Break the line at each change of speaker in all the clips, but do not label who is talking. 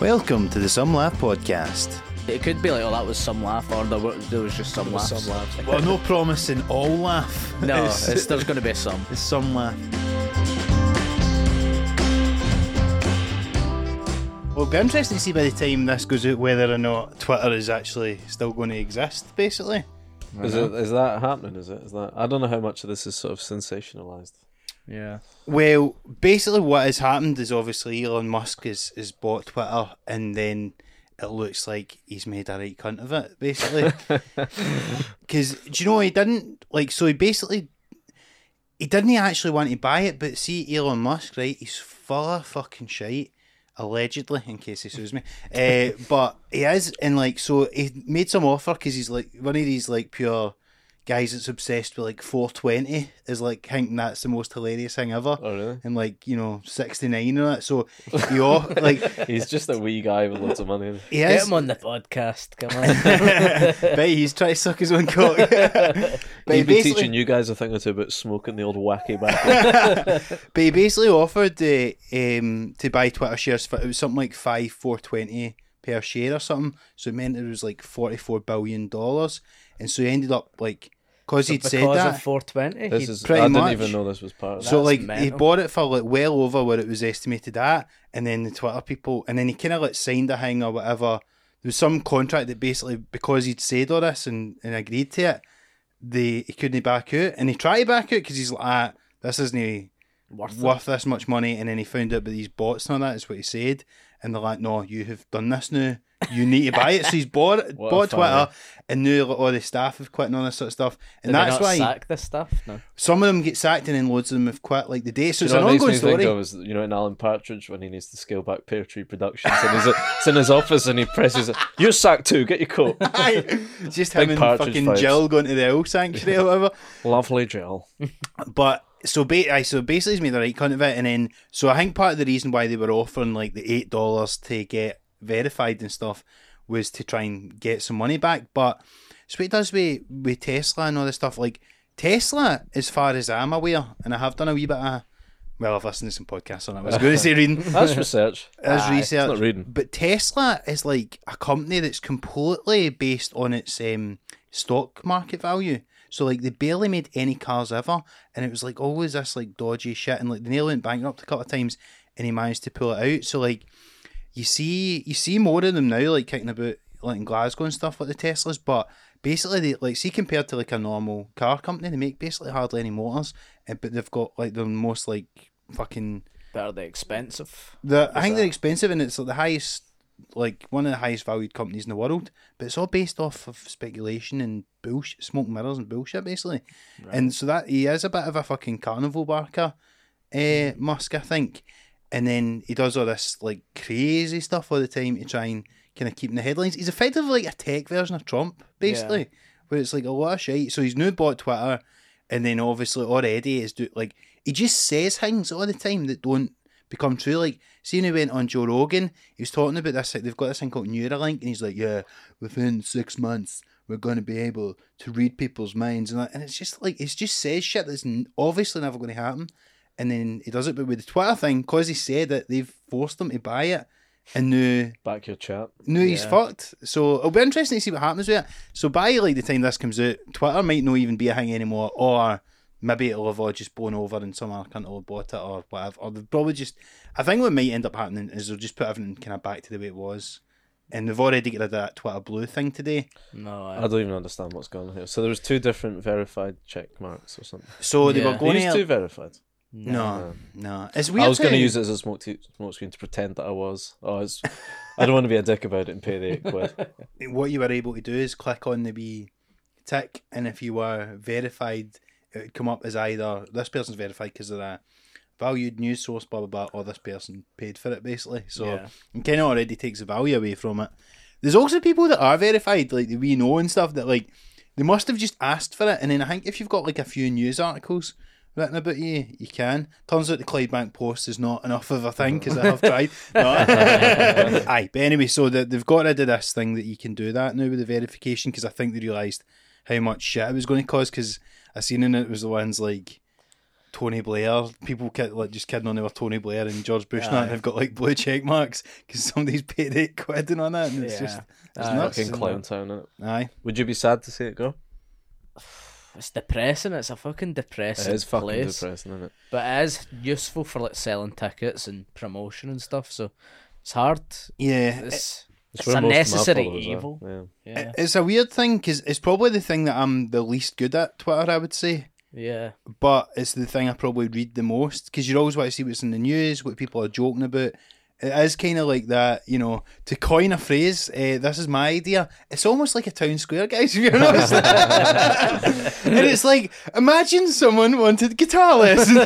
Welcome to the Some Laugh Podcast.
It could be like, oh, that was some laugh, or there was, there was just some laughs.
Some laughs.
Well, no promising all laugh.
No, it's, there's going to be some.
it's Some Laugh. Well, it'll be interesting to see by the time this goes out whether or not Twitter is actually still going to exist, basically.
Is, it, is that happening? Is it? Is that? I don't know how much of this is sort of sensationalized.
Yeah.
Well, basically, what has happened is obviously Elon Musk has, has bought Twitter, and then it looks like he's made a right cunt of it, basically. Because do you know he didn't like? So he basically he didn't actually want to buy it, but see Elon Musk, right? He's full of fucking shite, allegedly. In case he sues me, uh, but he is, and like so he made some offer because he's like one of these like pure. Guys, that's obsessed with like 420 is like thinking that's the most hilarious thing ever
Oh, really?
and like you know 69 and that so you all like
He's just a wee guy with loads of money.
he
Get
is
him on the podcast. Come on.
bet he's trying to suck his own cock but, he
He'd be
basically,
teaching you guys a thing or two about smoking the old wacky back.
but he basically offered uh, um, to buy twitter shares for it was something like 5 420 per share or something so it meant it was like 44 billion dollars and so he ended up like because he'd
because
said that
of 420.
This
he'd-
is.
pretty
I didn't
much.
even know this was part of.
So
That's
like he
mental.
bought it for like well over what it was estimated at, and then the Twitter people, and then he kind of like signed a thing or whatever. There was some contract that basically because he'd said all this and, and agreed to it, they he couldn't back out, and he tried to back out because he's like, ah, this isn't worth, worth this much money, and then he found out about these bots and all that is what he said, and they're like, no, you have done this now. You need to buy it. So he's bought it-
What a
bought
fire.
Twitter, and now like, all the staff have quit and all this sort of stuff, and
Did they
that's
not
why
sack this stuff. No.
some of them get sacked and then loads of them have quit like the day. So
You
it's
know
an
what makes
ongoing
me think
story.
of is you know in Alan Partridge when he needs to scale back Pear Tree Productions and he's it's in his office and he presses it. You're sacked too. Get your coat.
Aye. just him
Big
and
partridge
fucking
vibes.
Jill going to the owl sanctuary or whatever.
Lovely gel.
But so ba- aye, so basically he's made the right cunt of it and then so I think part of the reason why they were offering like the eight dollars to get verified and stuff was to try and get some money back. But so it does with with Tesla and all this stuff, like Tesla, as far as I'm aware, and I have done a wee bit of well, I've listened to some podcasts on it. I was going to say reading.
That's research.
as
Aye,
research.
not reading.
But Tesla is like a company that's completely based on its um, stock market value. So like they barely made any cars ever, and it was like always this like dodgy shit, and like they nearly went bankrupt a couple of times, and he managed to pull it out. So like you see, you see more of them now, like kicking about like in Glasgow and stuff like the Teslas, but. Basically, they like see compared to like a normal car company, they make basically hardly any motors, eh, but they've got like the most like fucking
Better the expensive.
the, I think they're expensive, and it's like the highest, like one of the highest valued companies in the world. But it's all based off of speculation and bullshit, smoke and mirrors and bullshit, basically. And so that he is a bit of a fucking carnival barker, uh, Musk, I think. And then he does all this like crazy stuff all the time to try and kind of keep in the headlines. He's effectively like a tech version of Trump, basically, where it's like a lot of shit. So he's now bought Twitter, and then obviously already is do like he just says things all the time that don't become true. Like, see, when he went on Joe Rogan, he was talking about this. Like, they've got this thing called Neuralink, and he's like, "Yeah, within six months, we're going to be able to read people's minds," and that, and it's just like it's just says shit that's n- obviously never going to happen. And then he does it, but with the Twitter thing, cause he said that they've forced them to buy it, and now
Back your chat.
no, he's fucked. So it'll be interesting to see what happens with it. So by like the time this comes out, Twitter might not even be a thing anymore, or maybe it'll have all just blown over and some other cunt will have bought it or whatever. Or they've probably just. I think what might end up happening is they'll just put everything kind of back to the way it was. And they've already got rid of that Twitter blue thing today.
No. uh,
I don't even understand what's going on here. So there was two different verified check marks or something.
So they
Yeah.
were
Were
going
these two
to.
verified?
No, no. It's weird.
I was going to
how-
use it as a smoke, t- smoke screen to pretend that I was. Oh, it's, I don't want to be a dick about it and pay the eight quid.
what you were able to do is click on the wee tick, and if you were verified, it would come up as either this person's verified because they're a valued news source, blah blah blah, or this person paid for it, basically. So
Yeah.
it kind of already takes the value away from it. There's also people that are verified, like that we know and stuff, that like they must have just asked for it, and then I think if you've got like a few news articles. Written about you, you can. Turns out the Clydebank Post is not enough of a thing because I have tried. No. Aye, but anyway, so the, they've got rid of this thing that you can do that now with the verification because I think they realised how much shit it was going to cause. Because I seen in it was the ones like Tony Blair. People kid, like just kidding on they were Tony Blair and George Bush. Now they've got like blue check marks because somebody's paid eight quid in on it, and it's
Yeah.
just it's
Aye.
nuts.
Fucking
isn't it?
clown town, innit?
Aye,
Would you be sad to see it go?
It's depressing. It's a fucking
It
depressing
is fucking
place.
depressing, isn't it?
But it is useful for like selling tickets and promotion and stuff. So it's hard.
yeah.
It's
It's,
it's,
where
a
most of my
necessary
followers are,
evil.
Yeah.
Yeah,
It's a weird thing because it's probably the thing that I'm the least good at Twitter. I would say.
yeah.
but it's the thing I probably read the most because you always want to see what's in the news, what people are joking about. It is kind of like that, you know, to coin a phrase, uh, this is my idea. It's almost like a town square, guys, if you notice that. and it's like, imagine someone wanted guitar lessons.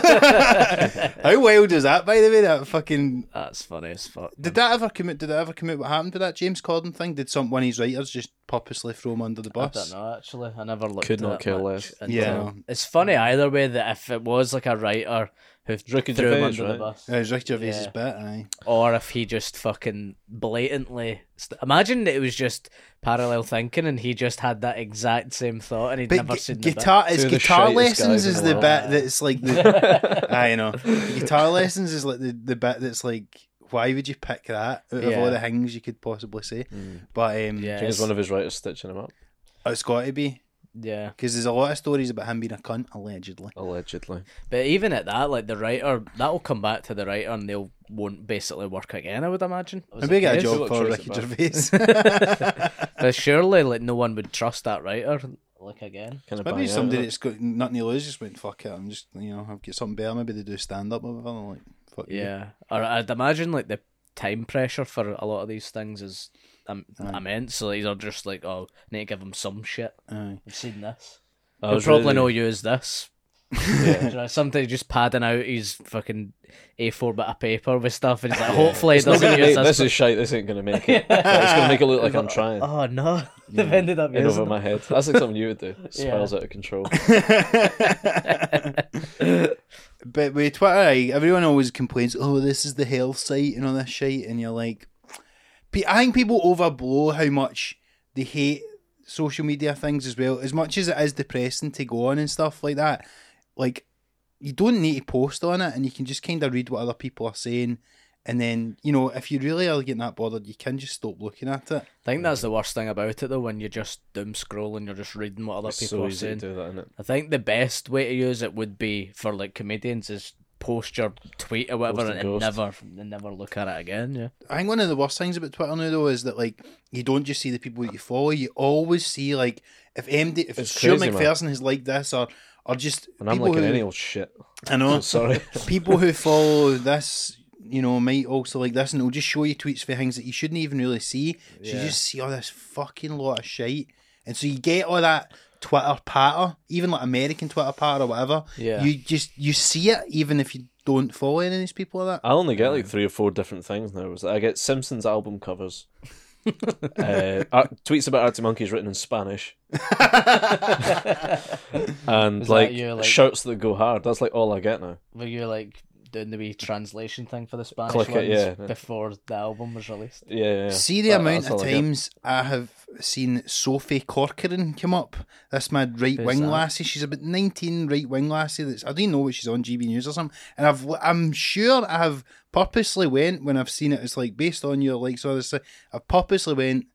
How wild is that, by the way? That fucking.
That's funny as fuck.
Did that ever commit? Did that ever commit? What happened with that James Corden thing? Did some one of his writers just purposely throw him under the
I
bus?
don't know. Actually, I never looked.
Could
at
not
it
care
much
less.
into
Yeah.
it. it's funny either way that if it was like a writer who
Ricky
threw him
Gervais,
under the
right?
bus,
It was Ricky Gervais's
Yeah.
bit, aye.
or if he just fucking blatantly st- imagine that it was just parallel thinking and he just had that exact same thought and he'd
But
never
gu-
seen the bit.
guitar is
Two of the
guitar
shittest
lessons
guys in
is
the
the
world.
bit that's like the I know guitar lessons is like the, the bit that's like why would you pick that out of
Yeah.
all the things you could possibly say?
Hmm.
But um,
Yeah,
I think it's
it's,
one of his writers stitching him up,
it's got to be
yeah.
because there's a lot of stories about him being a cunt allegedly.
allegedly.
But even at that, like the writer, that'll come back to the writer, and they'll won't basically work again. I would imagine.
Maybe I get a
Yes.
job
What
for
choice
Ricky
about?
Gervais.
But surely, like no one would trust that writer. Like again,
Kind of
Maybe somebody that's got nothing to lose just went fuck it. I'm just you know I've got something better. Maybe they do stand up or whatever. Like fuck you.
yeah. Or I'd imagine like the time pressure for a lot of these things is um, immense. So these are just like, oh, need to give him some shit.
Aye.
I've seen this.
I
He'll
was
probably
Oh, really-
no use this. Do you know, sometimes just padding out his fucking A4 bit of paper with stuff, and he's like, hopefully he
It's not
doesn't
gonna
use
make-
this.
this is shite. This ain't gonna make it. It's gonna make it look like I'm trying.
Oh no, they've ended up
In over
using
my head. That's like something you would do. Spirals out of control.
But with Twitter, aye, everyone always complains, oh, this is the health site and all this shit. And you're like, Pe- I think people overblow how much they hate social media things as well. As much as it is depressing to go on and stuff like that, like, you don't need to post on it and you can just kind of read what other people are saying. And then, you know, if you really are getting that bothered, you can just stop looking at it.
I think that's the worst thing about it though, when you're just doom scrolling, you're just reading what other
It's
people
so
are
easy
saying.
to do that, isn't it?
I think the best way to use it would be for like comedians is post your tweet or whatever
Post and
and,
ghost.
never and never look at it again. Yeah.
I think one of the worst things about Twitter now though is that like you don't just see the people that you follow, you always see like if MD if
It's
Stuart
crazy, man.
McPherson has liked this or or just
And I'm
people
looking
who,
at any old shit.
I know
I'm sorry.
people who follow this you know might also like this and it'll just show you tweets for things that you shouldn't even really see. So you just see all this fucking lot of shite. And so you get all that Twitter patter, even like American Twitter patter or whatever.
Yeah.
You just you see it even if you don't follow any of these people or that.
I only get like three or four different things now. Was I get Simpsons album covers, uh, art, tweets about Arctic Monkeys written in Spanish, and
Is that
like,
you, like-
shirts that go hard. That's like all I get now.
Were you like doing the wee translation thing for the Spanish
Click it,
ones
yeah.
before the album was released?
Yeah, yeah, yeah.
See the
That-
amount
that's
of
all I get.
times I have seen Sophie Corcoran come up. That's my right wing
that?
lassie. She's about nineteen, right wing lassie. That's I don't even know what she's on GB News or something. And I've I'm sure I have purposely went when I've seen it. It's like based on your likes or this. I've purposely went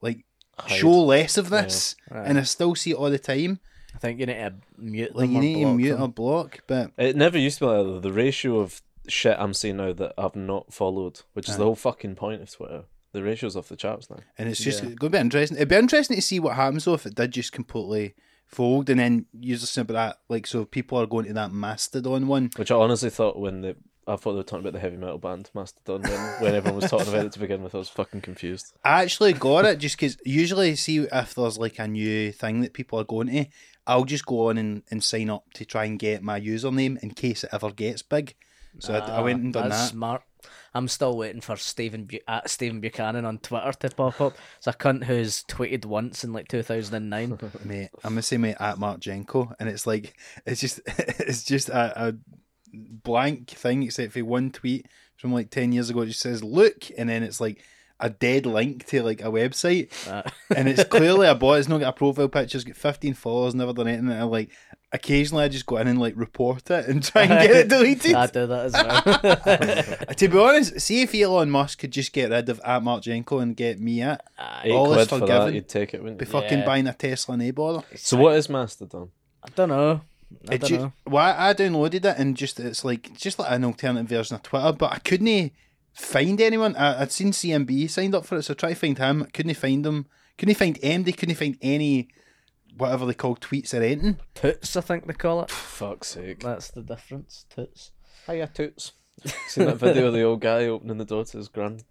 like show less of this, and I still see it all the time.
I think you need to mute
Like
them
you
or
need to
block
mute
them.
or block, but
It never used to be like that. The ratio of shit I'm seeing now that I've not followed, which is the whole fucking point of Twitter. The ratio's off the charts now.
and it's just going to be interesting. It'd be interesting to see what happens though if it did just completely fold, and then you just about that like so people are going to that mastodon one.
Which I honestly thought when the I thought they were talking about the heavy metal band Mastodon when, when everyone was talking about it to begin with. I was fucking confused.
I actually got it just because usually, see if there's like a new thing that people are going to, I'll just go on and, and sign up to try and get my username in case it ever gets big. So I- I,
Ah,
went and done
that's
that.
Smart. I'm still waiting for Stephen Bu- at Stephen Buchanan on Twitter to pop up. It's a cunt who's tweeted once in like 2009.
mate. I'm gonna say mate at Mark Jenko, and it's like it's just it's just a, a blank thing except for one tweet from like ten years ago. It just says look, and then it's like a dead link to like a
Uh.
website, and it's clearly a bot. It's not got a profile picture. It's got fifteen followers, never done anything. And I'm like, occasionally I just go in and like report it and try and get it deleted.
I do that as well.
to be honest, see if Elon Musk could just get rid of at Marchenko and get me at
Eight
All is
quid for
forgiven.
that, you'd take it, wouldn't
be
you?
fucking
Yeah.
buying a Tesla and a bother.
So what is Mastodon?
I don't know. I
It
don't
just,
know.
well, I downloaded it and just it's like just like an alternative version of Twitter, but I couldn't find anyone. I, I'd seen CMB signed up for it, so I tried to find him. Couldn't find him. Couldn't find MD. Couldn't find any whatever they call tweets or anything.
Toots, I think they call it.
Fuck's sake.
That's the difference. Toots.
Hiya, Toots. Seen that video of the old guy opening the door to his granddaughter?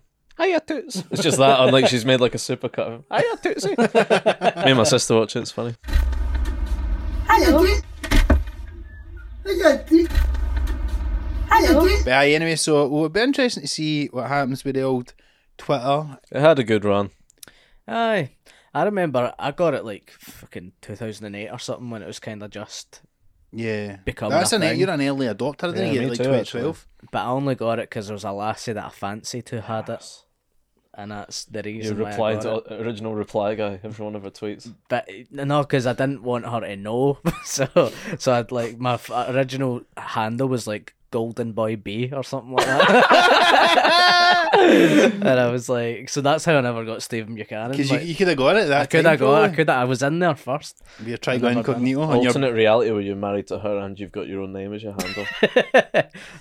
No,
Hiya, Toots. It's just that, on like she's made like a supercut of him. Hiya, Tootsie. Me and my sister watch it, it's funny.
Hello. Hello.
but aye, anyway, so well, it'd be interesting to see what happens with the old Twitter.
It had a good run.
Aye. I remember I got it like fucking 2008 or something when it was kind of just.
Yeah,
Become
that's
a
an
thing.
you're an early adopter. I didn't
Yeah,
you,
me
at, like
too,
twenty twelve.
But I only got it because there was a lassie that I fancied who had it. And that's the
You
reason why I
replied
got it.
to original reply guy every one of her tweets.
but uh, no, because I didn't want her to know. so, so I'd like my f- original handle was like Golden Boy B or something like that. and I was like, so that's how I never got Stephen Buchanan.
Because
Like,
you, you could have got it. That
I could
time,
have got, I
probably.
could have, I was in there first.
You're trying to go
never done it.
incognito
Oh,
on your
Alternate reality where you're married to her and you've got your own name as your handle.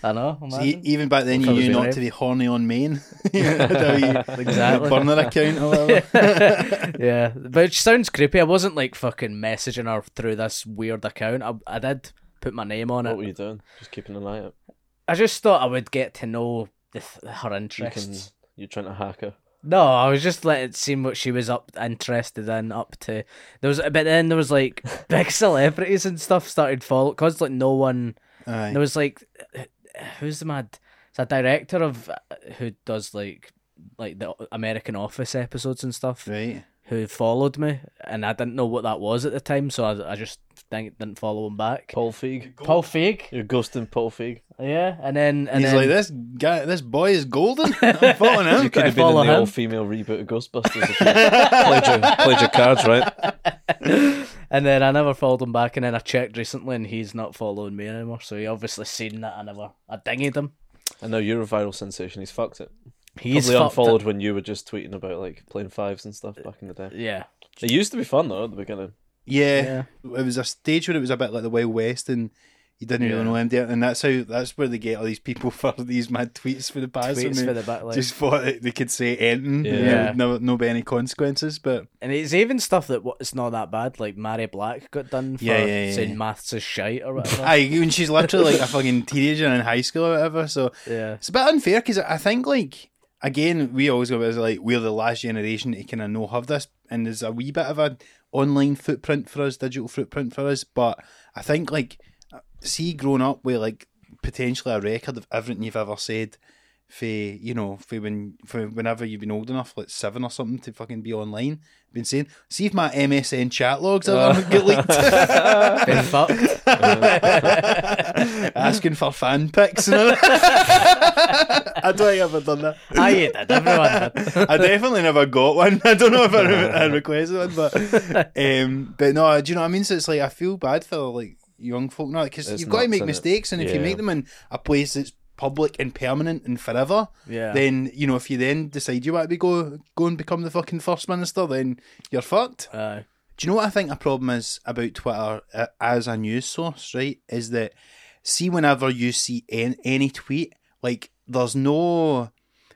I know.
See,
imagine.
even back then, you
Colours
knew
you
not
like.
to be horny on main. exactly.
Exactly.
Burner account or whatever.
yeah, but it sounds creepy. I wasn't like fucking messaging her through this weird account. I, I did put my name on
what were
it.
you doing? Just keeping an eye out.
I just thought I would get to know the th- her
You can,
interests.
you're trying to hack her.
No, I was just letting it seem what she was up interested in, up to. There was, but then there was like big celebrities and stuff started following because like no one.
Aye.
There was like, who's the mad? It's a director of uh, who does like like the American Office episodes and stuff.
Right.
Who followed me, and I didn't know what that was at the time, so I, I just think, didn't follow him back.
Paul Feig.
Paul Feig,
You're ghosting Paul Feig.
yeah, and then and
He's
then
like, this guy, this boy is golden. I'm following him.
You could have been
follow
in the
him.
all female reboot of Ghostbusters if you played, your, played your cards right.
And then I never followed him back, and then I checked recently, and he's not following me anymore. So he obviously seen that I never, I dinged him.
I know you're a viral sensation. He's fucked it.
He's
Probably
fucked
unfollowed when you were just tweeting about like playing fives and stuff back in the
it.
day.
Yeah,
It used to be fun though at the beginning.
Yeah. It was a stage where it was a bit like the Wild West and you didn't really
Yeah.
know him there. And that's how, that's where they get all these people for these mad tweets for the past.
tweets
and
for
they
the back like-
Just thought that they could say anything.
Yeah.
Yeah.
Yeah.
no, no be any consequences, but
and it's even stuff that what it's not that bad. Like Mary Black got done for
Yeah, yeah, yeah,
saying
yeah.
maths is shite or whatever.
I and she's literally like a fucking teenager in high school or whatever. So
yeah,
It's a bit unfair because I think like again we always go about it as, like we're the last generation to kind of know have this, and there's a wee bit of a online footprint for us, digital footprint for us. But I think like see growing up with like potentially a record of everything you've ever said. For you know, for when for whenever you've been old enough, like seven or something, to fucking be online, been saying, see if my MSN chat logs ever get leaked,
been fucked.
asking for fan pics. And all that. I don't think I've ever done that.
I did. Everyone did.
I definitely never got one. I don't know if I, re- I requested one, but um, but no, do you know what I mean? So it's like I feel bad for like young folk now because
It's
you've got to
nuts,
make
innit?
mistakes, and if you
Yeah.
make them in a place that's public and permanent and forever,
Yeah.
then you know if you then decide you want to be go go and become the fucking first minister, then you're fucked.
Uh,
Do you know what I think a problem is about Twitter uh, as a news source, right? Is that see whenever you see any, any tweet, like there's no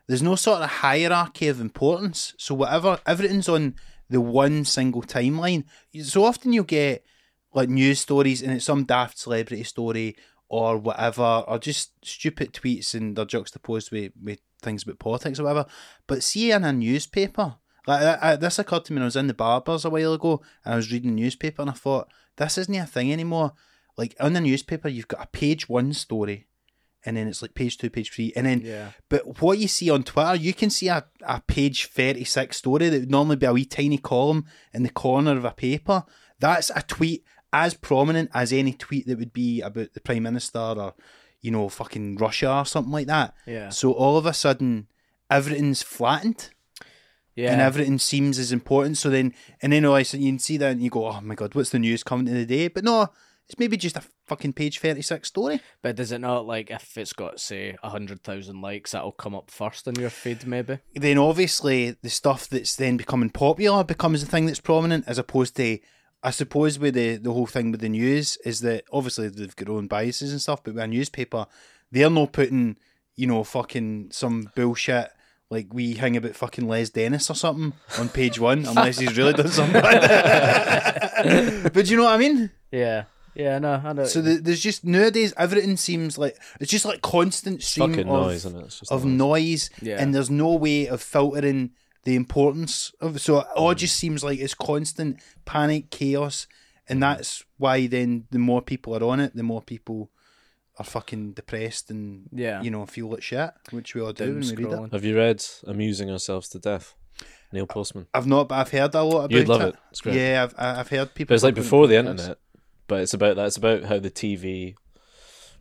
there's no sort of hierarchy of importance. So whatever everything's on the one single timeline. So often you'll get like news stories and it's some daft celebrity story or whatever, or just stupid tweets and they're juxtaposed with, with things about politics or whatever. But see in a newspaper, like I, I, this occurred to me when I was in the barbers a while ago and I was reading the newspaper and I thought, this isn't a thing anymore. Like on the newspaper, you've got a page one story and then it's like page two, page three, and then
yeah.
but what you see on Twitter, you can see a, a page 36 story that would normally be a wee tiny column in the corner of a paper. That's a tweet as prominent as any tweet that would be about the Prime Minister or, you know, fucking Russia or something like that.
Yeah.
So all of a sudden, everything's flattened.
Yeah.
and everything seems as important. So then, and then all of a sudden you can see that and you go, oh my god, what's the news coming to the day? But no, it's maybe just a fucking page 36 story.
But does it not like if it's got say hundred thousand likes, that'll come up first in your feed maybe?
Then obviously the stuff that's then becoming popular becomes the thing that's prominent as opposed to. I suppose with the, the whole thing with the news is that obviously they've got their own biases and stuff, but with a newspaper, they're not putting, you know, fucking some bullshit like we hang about fucking Les Dennis or something on page one, unless he's really done something. but do you know what I mean?
Yeah. Yeah, no, I know.
So the, there's just nowadays everything seems like it's just like constant stream
Fucking
of
noise, isn't it? It's just
of noise,
noise.
Yeah.
and there's no way of filtering the importance of. So it
Mm.
all just seems like it's constant panic, chaos,
Mm.
and that's why then the more people are on it, the more people are fucking depressed and
Yeah.
you know feel like shit, which we all do
Doom
when we read it.
scrolling.
Have you read "Amusing Ourselves to Death"? Neil Postman.
I've not, but I've heard a lot about
You'd love
it.
it. It's great.
Yeah, I've I- I've heard people.
But it's like
talking
before the
about it.
internet. But it's about that. It's about how the TV,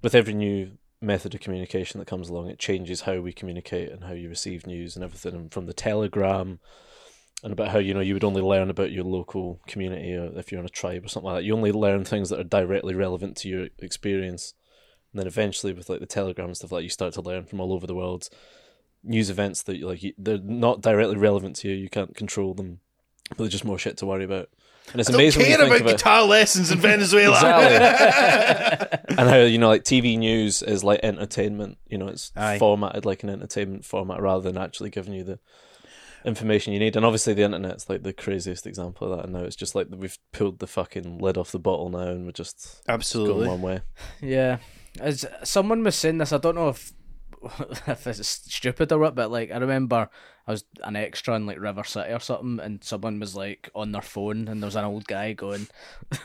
with every new method of communication that comes along, it changes how we communicate and how you receive news and everything. And from the telegram, and about how you know you would only learn about your local community or if you're in a tribe or something like that. You only learn things that are directly relevant to your experience. And then eventually, with like the telegram and stuff like, that, you start to learn from all over the world news events that like you, they're not directly relevant to you. You can't control them, but there's just more shit to worry about. And it's
I
amazing
don't
when you
care about
think about
guitar lessons in Venezuela.
and how you know like TV news is like entertainment. You know, it's
Aye.
formatted like an entertainment format rather than actually giving you the information you need. And obviously, the internet's like the craziest example of that. And now it's just like we've pulled the fucking lid off the bottle now, and we're just going
Absolutely.
one way.
Yeah, as someone was saying this, I don't know if if it's stupid or what, but like I remember I was an extra in like River City or something, and someone was like on their phone, and there was an old guy going,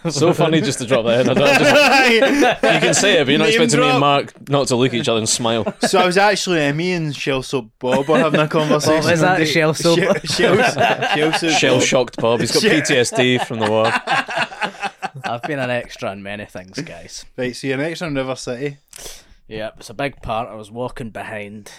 So funny just to drop that in. I don't, I just, you can say it, but you're not
Name
expecting me and
drop.
Mark not to look at each other and smile.
so I was actually uh, me and Shell Soap Bob were having a conversation.
Oh, is that
one day.
Shell Soap?
Shell, Shell, Shell Soap.
Shell
Bob.
shocked Bob. He's got PTSD from the war.
"I've been an extra in many things, guys."
Right, so you're an extra in River City.
Yeah, it's a big part. I was walking behind.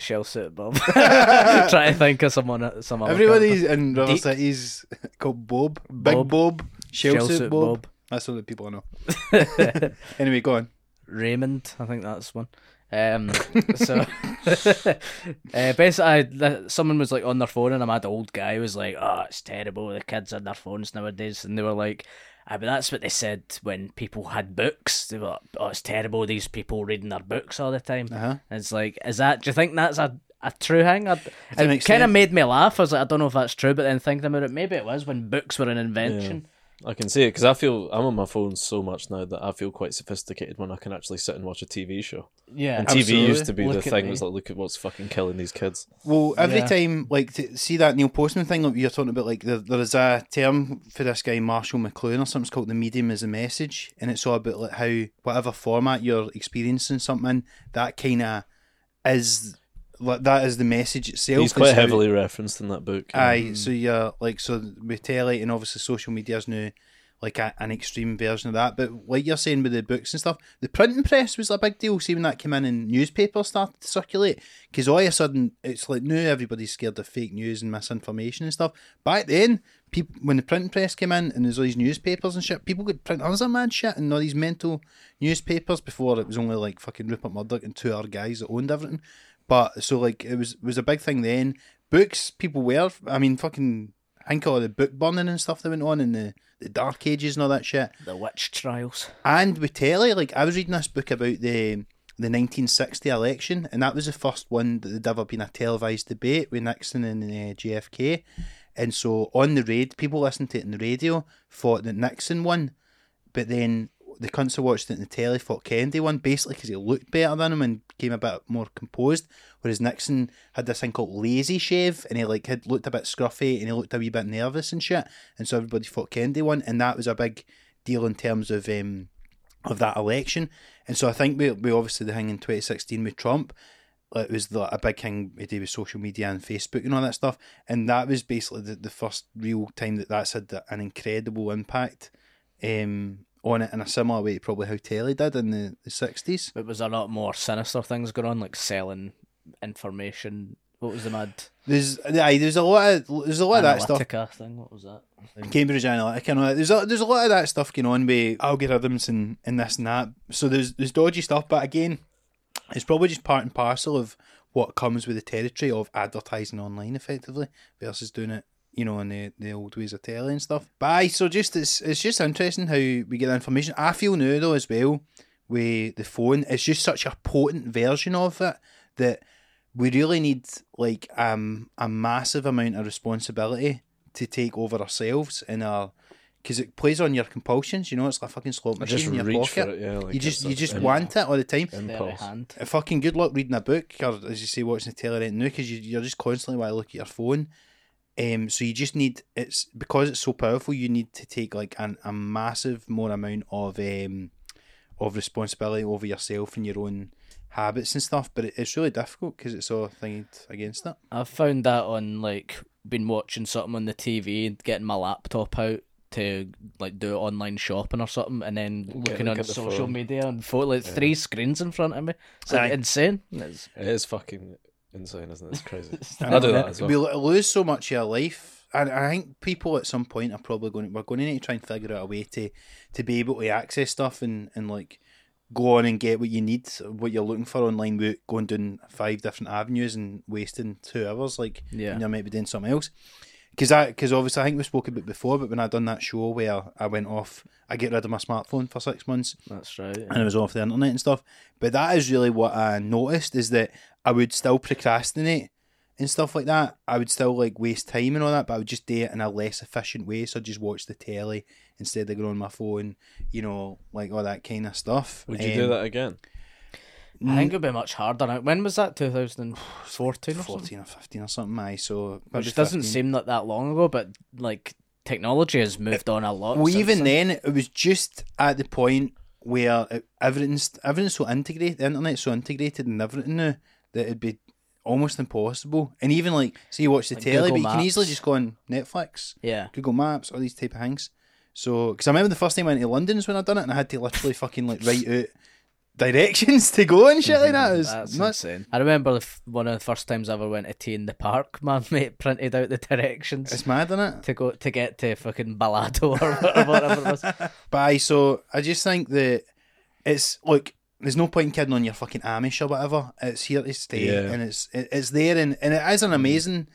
Shell suit Bob. Trying to think of someone. Some other
Everybody's in River
Dick.
City's called Bob, Big
Bob.
Bob, Shell,
Shell
Soap
Soap
Bob.
Bob.
That's all the people I know.
character.
Anyway, go on.
Raymond, I think that's one. Um, so uh, basically, I, th- someone was like on their phone, and I had an old guy who was like, "Oh, it's terrible. The kids on their phones nowadays," and they were like. Ah, but that's what they said when people had books. They were, like, oh, it's terrible. These people reading their books all the time.
Uh-huh.
And it's like, is that? Do you think that's a, a true thing? I, it
makes
kind of
sense.
made me laugh. I was like, I don't know if that's true. But then thinking about it, maybe it was when books were an invention.
I can see it because I feel I'm on my phone so much now that I feel quite sophisticated when I can actually sit and watch a TV show.
Yeah,
And TV
Absolutely.
used to be the
Look at
thing
me.
was like, look at what's fucking killing these kids.
Well, every
Yeah.
time, like, to see that Neil Postman thing that you're talking about, like, there, there is a term for this guy, Marshall McLuhan, or something. It's called the medium is a message, and it's all about like how whatever format you're experiencing something, in, that kind of is like that is the message itself.
He's
is
quite
how-
heavily referenced in that book.
Aye, so yeah, like so with telly and obviously social media's now like a, an extreme version of that. But like you're saying with the books and stuff, the printing press was a big deal. See when that came in and newspapers started to circulate, because all of a sudden it's like now everybody's scared of fake news and misinformation and stuff. Back then, people when the printing press came in and there's all these newspapers and shit, people could print tons of mad shit and all these mental newspapers. Before it was only like fucking Rupert Murdoch and two other guys that owned everything. But so like it was was a big thing then. Books people were I mean fucking I think all the book burning and stuff that went on in the, the dark ages and all that shit.
the witch trials.
And with telly, like I was reading this book about the the nineteen sixty election, and that was the first one that there'd ever been a televised debate with Nixon and uh, JFK. And so on the raid, people listened to it on the radio thought that Nixon won, but then the cunts who watched it in the telly thought Kennedy won basically because he looked better than him and came a bit more composed. Whereas Nixon had this thing called lazy shave and he like had looked a bit scruffy and he looked a wee bit nervous and shit. And so everybody thought Kennedy won, and that was a big deal in terms of um of that election. And so I think we we obviously the thing in twenty sixteen with Trump. It was the, a big thing we did with social media and Facebook and all that stuff, and that was basically the, the first real time that that's had an incredible impact um, on it in a similar way to probably how telly did in the, the 60s.
But was there a lot more sinister things going on, like selling information What was the mad
There's aye, there's a lot of there's a lot of that stuff.
Analytica thing? What was that?
Cambridge Analytica and all that. There's a, there's a lot of that stuff going on with algorithms and, and this and that. So there's there's dodgy stuff, but again, it's probably just part and parcel of what comes with the territory of advertising online effectively versus doing it, you know, in the, the old ways of telly and stuff. But aye, so just it's it's just interesting how we get the information. I feel now though as well with the phone, it's just such a potent version of it that we really need like um a massive amount of responsibility to take over ourselves in our because it plays on your compulsions. You know, it's like a fucking slot
I
machine
just
in your
reach
pocket.
for it. Yeah, like
you just
it's
you
a-
just
an
want it all the time.
Very
impulse.
hand.
Uh, fucking good luck reading a book or as you say watching the telly right now because you, you're just constantly want to look at your phone um, so you just need it's because it's so powerful you need to take like an, a massive more amount of um, of responsibility over yourself and your own habits and stuff but it, it's really difficult because it's all thinged against it
I've found that on like been watching something on the TV and getting my laptop out to like do online shopping or something, and then looking
look
on
at the
social
phone.
media and phone like three screens in front of me. It's like
Aye.
insane. It's,
It is fucking insane, isn't it? It's crazy.
I
I do
know,
that as well.
we lo- lose so much of your life and I think people at some point are probably going we're going to need to try and figure out a way to to be able to access stuff and and like go on and get what you need what you're looking for online without going down five different avenues and wasting two hours like
Yeah.
and you might be doing something else because I because obviously I think we spoke about it before but when I done that show where I went off I get rid of my smartphone for six months
that's right.
and it was off the internet and stuff. But that is really what I noticed is that I would still procrastinate and stuff like that. I would still like waste time and all that, but I would just do it in a less efficient way. So I'd just watch the telly instead of going on my phone, you know, like all that kind of stuff.
Would you
Um,
do that again?
I think it'd be much harder. now. When was that? Two thousand fourteen or something.
Fourteen or fifteen or something, aye. So
Which doesn't seem like that long ago, but like technology has moved on a lot.
Well,
since
even
then.
then, it was just at the point where it, everything's everything's so integrated, the internet's so integrated and everything now that it'd be almost impossible. And even like, say you watch the
Like
telly,
Google
but you can
Maps.
easily just go on Netflix,
yeah.
Google Maps, all these type of things. So, because I remember the first time I went to London's when I done it, and I had to literally fucking like write out directions to go and shit like that. It was
That's
nuts.
insane. I remember the f- one of the first times I ever went to tea in the park. My mate printed out the directions.
It's mad, isn't it?
to go to get to fucking Balado or whatever, whatever it was. Uh,
Bye. So I just think that it's look. There's no point in kidding on your fucking Amish or whatever. It's here to stay,
Yeah.
and it's it, it's there, and, and it is an amazing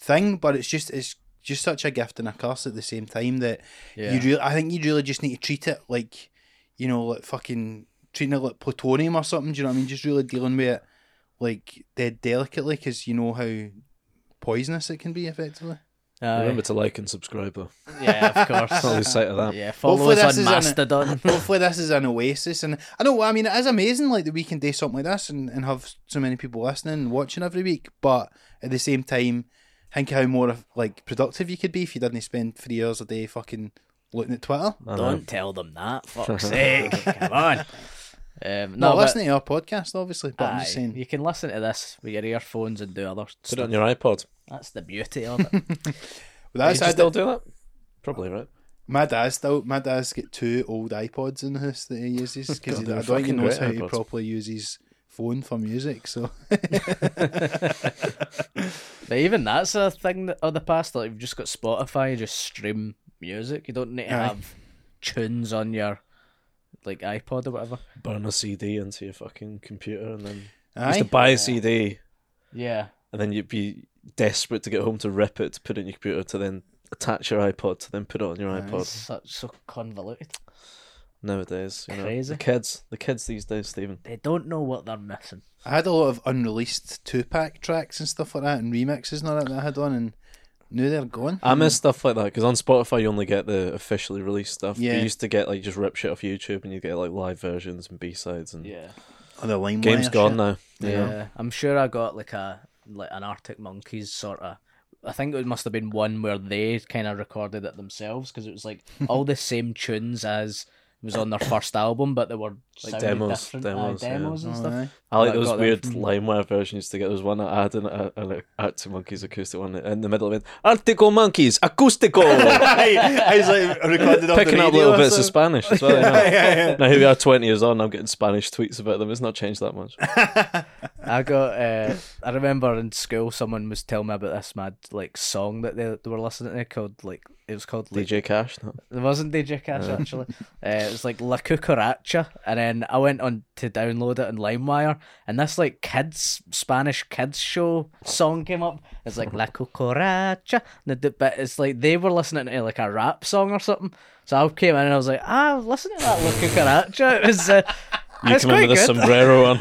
thing. But it's just it's just such a gift and a curse at the same time that you
Yeah.
really. I think you really just need to treat it like you know, like fucking treating it like plutonium or something. Do you know what I mean? Just really dealing with it like dead delicately because you know how poisonous it can be effectively. Uh,
Aye.
Remember to like and subscribe though.
yeah, of
Can't
course.
lose sight of that.
yeah, follow
Hopefully this
us on
is an-
Mastodon.
hopefully this is an oasis and I know I mean it is amazing like that we can do something like this and, and have so many people listening and watching every week but at the same time think how more of, like productive you could be if you didn't spend three hours a day fucking looking at Twitter
I know.
Don't tell them that. Fuck's sake! Come on. Um,
no,
no,
not
but-
listening to our podcast obviously but I'm
aye,
just saying
you can listen to this with your earphones and do other
Put
stuff.
it on your iPod.
That's the beauty of it.
Well, that's,
you
I
still
did,
do that? Probably right.
my dad's still my dad's got two old iPods in the house that he uses because I
God, they're
don't think he
fucking
knows how
great
to
iPods.
properly use his phone for music so
but even that's a thing that of the past. Like you've just got Spotify, you just stream music. You don't need to
Aye.
have tunes on your like iPod or whatever.
Burn a CD into your fucking computer and then I used to
aye
buy a CD
Yeah.
and then you'd be desperate to get home to rip it, to put it in your computer, to then attach your iPod, to then put it on your iPod.
Such so convoluted.
Nowadays, you know,
Crazy.
the kids, the kids these days, Stephen.
They don't know what they're missing.
I had a lot of unreleased two pack tracks and stuff like that, and remixes and all that that I had on, and now they're gone.
I miss stuff like that because on Spotify you only get the officially released stuff.
Yeah.
You used to get like just rip shit off YouTube and you get like live versions and B sides and
Yeah.
Oh, the limewire
game's gone
shit.
now.
Yeah. I'm sure I got like a like an Arctic Monkeys sort of. I think it must have been one where they kind of recorded it themselves because it was like all the same tunes as was on their first album, but they were like
demos,
different,
demos,
demos,
yeah.
demos and stuff.
Aye.
I like
Like,
those
got them
weird
from-
LimeWire versions to get. There's one I had in a, an Arctic Monkeys acoustic one in the middle of it. Arctico Monkeys Acústico!
I was like recorded off
Picking
the
up
radio
little
or
bits of
something.
Spanish as well. you know.
Yeah, yeah,
Now here we are, twenty years on. I'm getting Spanish tweets about them. It's not changed that much.
I got. Uh, I remember in school, someone was telling me about this mad like song that they, they were listening to called like it was called like,
DJ Cash. No.
There wasn't DJ Cash actually. Uh, it was like La Cucaracha, and then I went on to download it on LimeWire, and this like kids Spanish kids show song came up. It's like La Cucaracha, and it- but it's like they were listening to like a rap song or something. So I came in and I was like, ah, listen to that La Cucaracha. It was. Uh,
You
it's
come in
quite
with a
good.
sombrero on.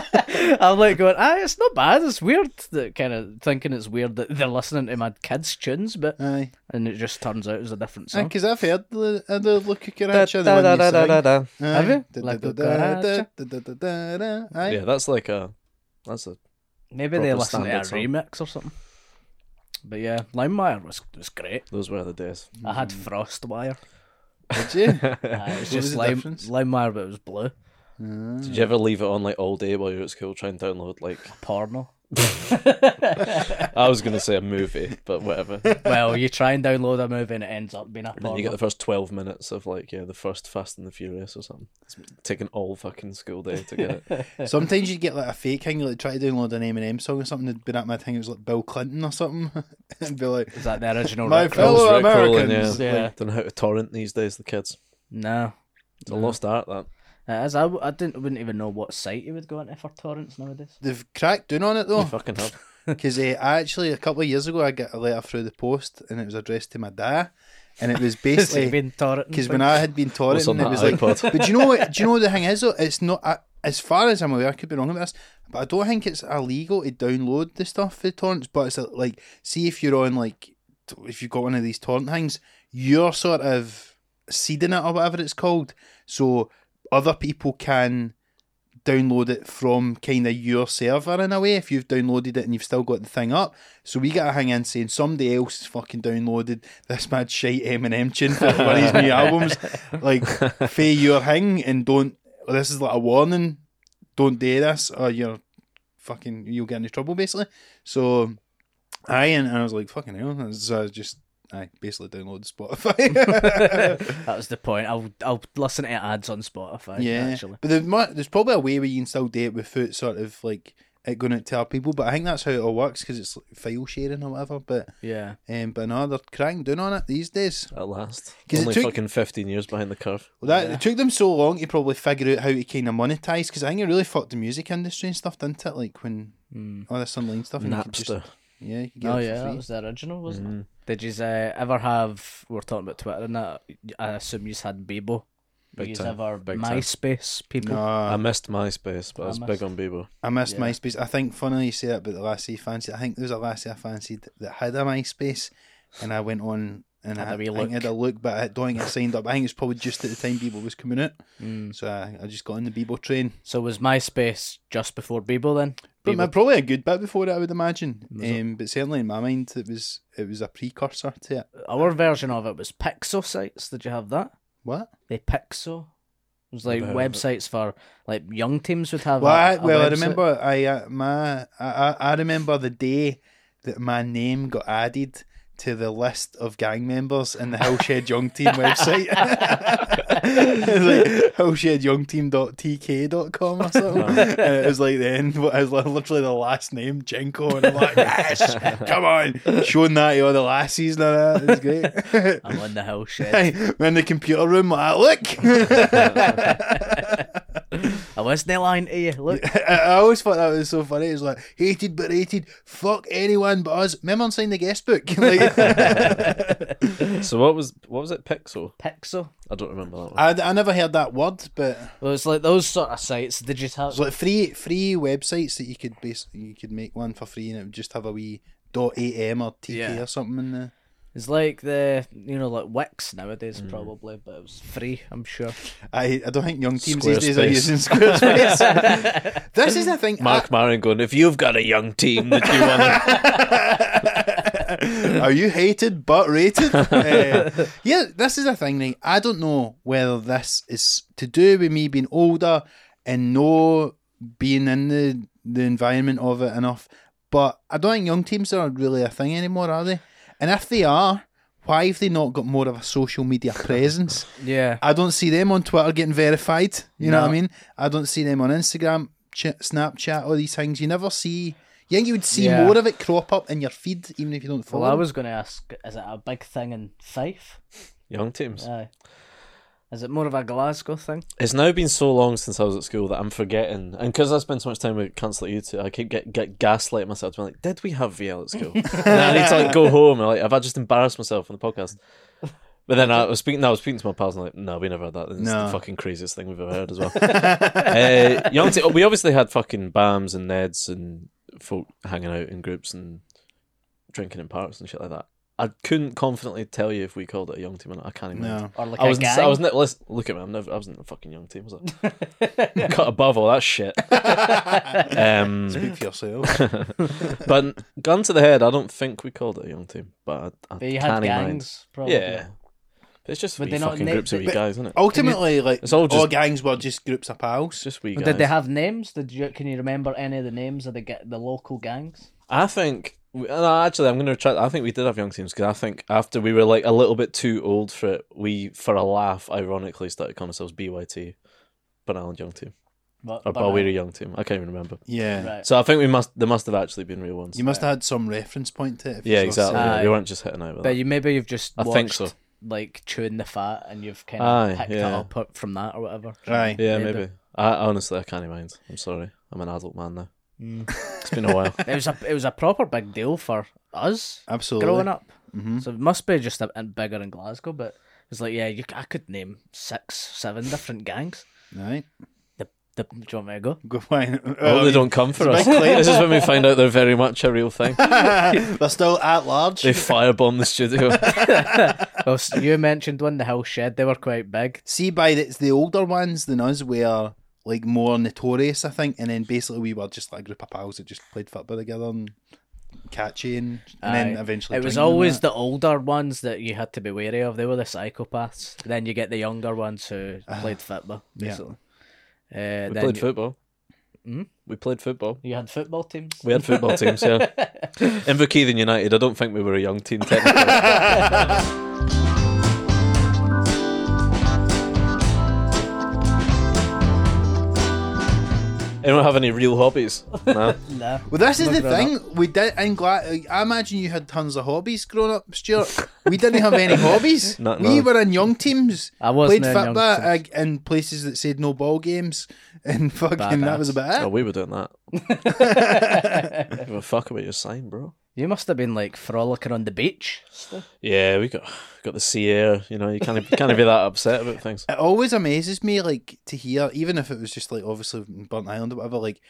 I'm like going, ah, it's not bad. It's weird that kind of thinking it's weird that they're listening to my kids' tunes, but
Aye.
and it just turns out it's a different song.
Because I've heard the other look cucaracha, the one you sang.
Yeah,
Aye.
Have you?
Da-
Like
da- da- da-
cucaracha?
da- da- da- da- da. Aye.
that's like a. That's a.
Maybe they
proper
listen to a
standard song.
remix or something. But yeah, LimeWire was was great.
Those were the days.
I had Frostwire.
Did you?
Uh, it Mm. was
What was
just
the
lime,
difference?
LimeWire, but it was blue
Did you ever leave it on like all day while you were at school? Try and download like
porno.
I was gonna say a movie, but whatever.
well, you try and download a movie and it ends up being a
Then
porno.
you get the first twelve minutes of like yeah the first Fast and the Furious or something. It's taken all fucking school day to get it.
Sometimes you'd get like a fake thing, you like try to download an Eminem song or something, it'd be that my thing, it was like Bill Clinton or something. and be like,
Is that the original?
My
Rick
fellow-
Ross?
That was Rick Roll in,
Americans,
yeah.
yeah.
Don't know how to torrent these days. The kids.
No,
It's a lost art. That
As I, I didn't, wouldn't even know what site you would go into for torrents nowadays.
they've cracked down on it
you
though.
fucking have.
Because uh, I actually, a couple of years ago, I got a letter through the post and it was addressed to my dad. And it was
Has it
basically
been torrenting?
because when I had been
What's on
torrenting, it
that
was like.
iPod?
But do you know what? Do you know what the thing is though? It's not. I, as far as I'm aware, I could be wrong about this, but I don't think it's illegal to download the stuff for torrents. But it's uh, like, see if you're on like, t- if you've got one of these torrent things, you're sort of seeding it or whatever it's called, so other people can download it from kind of your server in a way if you've downloaded it and you've still got the thing up. So we gotta hang in saying somebody else has fucking downloaded this mad shite Eminem tune for one of his new albums. Like, fay your thing and don't. Or this is like a warning. Don't do this or you're fucking you'll get into trouble basically. So I and, and I was like fucking hell. So I just I basically downloaded Spotify.
that was the point. I'll I'll listen to ads on Spotify.
Yeah,
actually.
but there mu- there's probably a way where you can still do it without sort of like it going out to other people. But I think that's how it all works because it's like file sharing or whatever. But
Yeah.
um, but no, they're crying down on it these days.
At last,
'Cause it
only
took-
fucking fifteen years behind the curve.
Well, that it took them so long to probably figure out how to kind of monetize because I think it really fucked the music industry and stuff, didn't it? Like when all this online stuff and you could just-
Napster.
yeah, you could get
Hmm. Oh
it
yeah,
for
that
free.
was the original, wasn't
Mm-hmm.
it? Did you uh, ever have? We're talking about Twitter and that. I assume you had Bebo.
Big
you
time,
ever
big time.
MySpace people?
I
No,
missed MySpace, but I,
I
was
missed-
big on Bebo.
Ah, I missed MySpace. I think funnily you say that about the lassie you fancied. I think there was a lassie I fancied that had a MySpace, and I went on and
Had
I,
a wee
I think I
look.
had a look, but I don't think I signed up. I think it was probably just at the time Bebo was coming out,
Hmm.
so I, I just got on the Bebo train.
So was MySpace just before Bebo then?
But
Bebo.
ma- probably a good bit before it, I would imagine. Um, but certainly in my mind, it was it was a precursor to it.
Our version of it was Pixo sites. Did you have that?
What?
They Pixo. It was like
Never heard of it.
websites for like young teams would have.
Well,
a-
I,
a
well, I
website.
remember I uh, my I, I I remember the day that my name got added to the list of gang members in the Hillshed Young Team website. It's like hillshedyoungteam.tk.com or something. And it was like the end. It was like literally the last name, Jenko, and I'm like, yes, come on, showing that to all the lassies and all that. It's great.
I'm on the hell shit.
We're in the computer room, like, look.
I wasn't lying to you. Look,
I, I always thought that was so funny. It's like hated but hated. Fuck anyone but us. Remember on signing the guest book. Like,
So what was what was it? Pixel?
Pixel.
I don't remember that one.
I, I never heard that word, but
Well, it's like those sort of sites. Did you have?
it's like free free websites that you could base you could make one for free and it would just have a wee dot am or tk
Yeah.
or something in there.
It's like the you know like Wix nowadays
Mm.
probably, but it was free. I'm sure.
I I don't think young teams these days are
Squarespace.
using Squarespace. this is the thing.
Mark Maron going, if you've got a young team that you want,
Are you hated but rated? Uh, yeah, this is the thing, right? I don't know whether this is to do with me being older and no being in the, the environment of it enough, but I don't think young teams are really a thing anymore, are they? And if they are, why have they not got more of a social media presence?
Yeah.
I don't see them on Twitter getting verified. You know what I
No.
mean? I don't see them on Instagram. Snapchat, Snapchat, all these things. You never see. You think you would see
Yeah.
more of it crop up in your feed, even if you don't follow.
Well, I
them?
was going to ask, is it a big thing in Fife?
Young teams.
Aye. Is it more of a Glasgow thing?
It's now been so long since I was at school that I'm forgetting, and because I spend so much time with cunts like you two, I keep get, get gaslighting myself. to be like, did we have VL at school? and then I need to like go home. And, like, have I just embarrassed myself on the podcast? But then I was speaking. I was speaking to my pals, and like, no, we never had that. It's
No.
the fucking craziest thing we've ever heard as well. uh, young te- we obviously had fucking bams and neds and folk hanging out in groups and drinking in parks and shit like that. I couldn't confidently tell you if we called it a young team or not. I can't even.
no.
Or like
I
a
was.
gang?
I was. Ne- listen, look at me. I'm never. I wasn't a fucking young team, was I? Cut above all that shit. um,
Speak for yourself.
but gun to the head, I don't think we called it a young team, but I, I
They
can't
had
imagine.
gangs, probably.
Yeah, But it's just
Would
wee
they not
fucking
name-
groups of wee
but-
guys, isn't it?
oh, Ultimately, like
It's all just-
all gangs were just groups of
It's
pals.
just wee
But
guys.
Did they have names? Did you can you remember any of the names of the ga- the local gangs?
I think. we- No, actually, I'm going to try. I think we did have young teams because I think after we were like a little bit too old for it, we, for a laugh, ironically started calling ourselves BYT, Burn Island Young Team,
But,
or
but
Balweary Young Team. I can't even remember.
Yeah.
Right.
So I think we must. There must have actually been real ones.
You must have had some reference point to it. If
Yeah,
you saw
exactly.
something.
yeah.
Aye.
We weren't just hitting out with
But
that.
you maybe you've just
I
watched,
think so.
like chewing the fat and you've kind
Aye,
of picked it
yeah.
up from that or whatever.
Right.
yeah,
maybe.
maybe. I honestly I can't even mind. I'm sorry. I'm an adult man now.
Mm.
It's been a while.
It was a it was a proper big deal for us
Absolutely. Mm-hmm.
growing up. So it must be just a bit bigger in Glasgow, but it's like yeah, you, I could name six, seven different gangs.
Right. Um,
The the do you want me to go?
Go fine.
I hope they don't come for us. This is when we find out they're very much a real thing.
They're still at large.
They firebomb the studio.
Well, s- you mentioned one, the Hill Shed. They were quite big.
See, by the, it's the older ones than us were like more notorious, I think. And then basically we were just like a group of pals that just played football together and catchy, and, and then
Aye.
eventually
it was
drinking and
always
that.
the older ones that you had to be wary of. They were the psychopaths. Then you get the younger ones who played football.
Ah. yeah.
Basically. Uh,
we
then
played
you, Hmm?
football. We played football.
you had football teams.
We had football teams, yeah. Inverkeithing United, I don't think we were a young team technically. Anyone have any real hobbies? No.
Nah.
Well, this is the thing. We did. I'm glad. I imagine you had tons of hobbies growing up, Stuart. We didn't have any hobbies.
Not
we
none.
were in young teams.
I wasn't
played
in young
football uh, in places that said no ball games, and fucking that was about it.
Oh, we were doing that. Give a fuck about your sign, bro.
You must have been like frolicking on the beach.
Yeah, we got got the sea air. You know, you can't you can't be that upset about things.
It always amazes me, like to hear, even if it was just like obviously in Burnt Island or whatever, like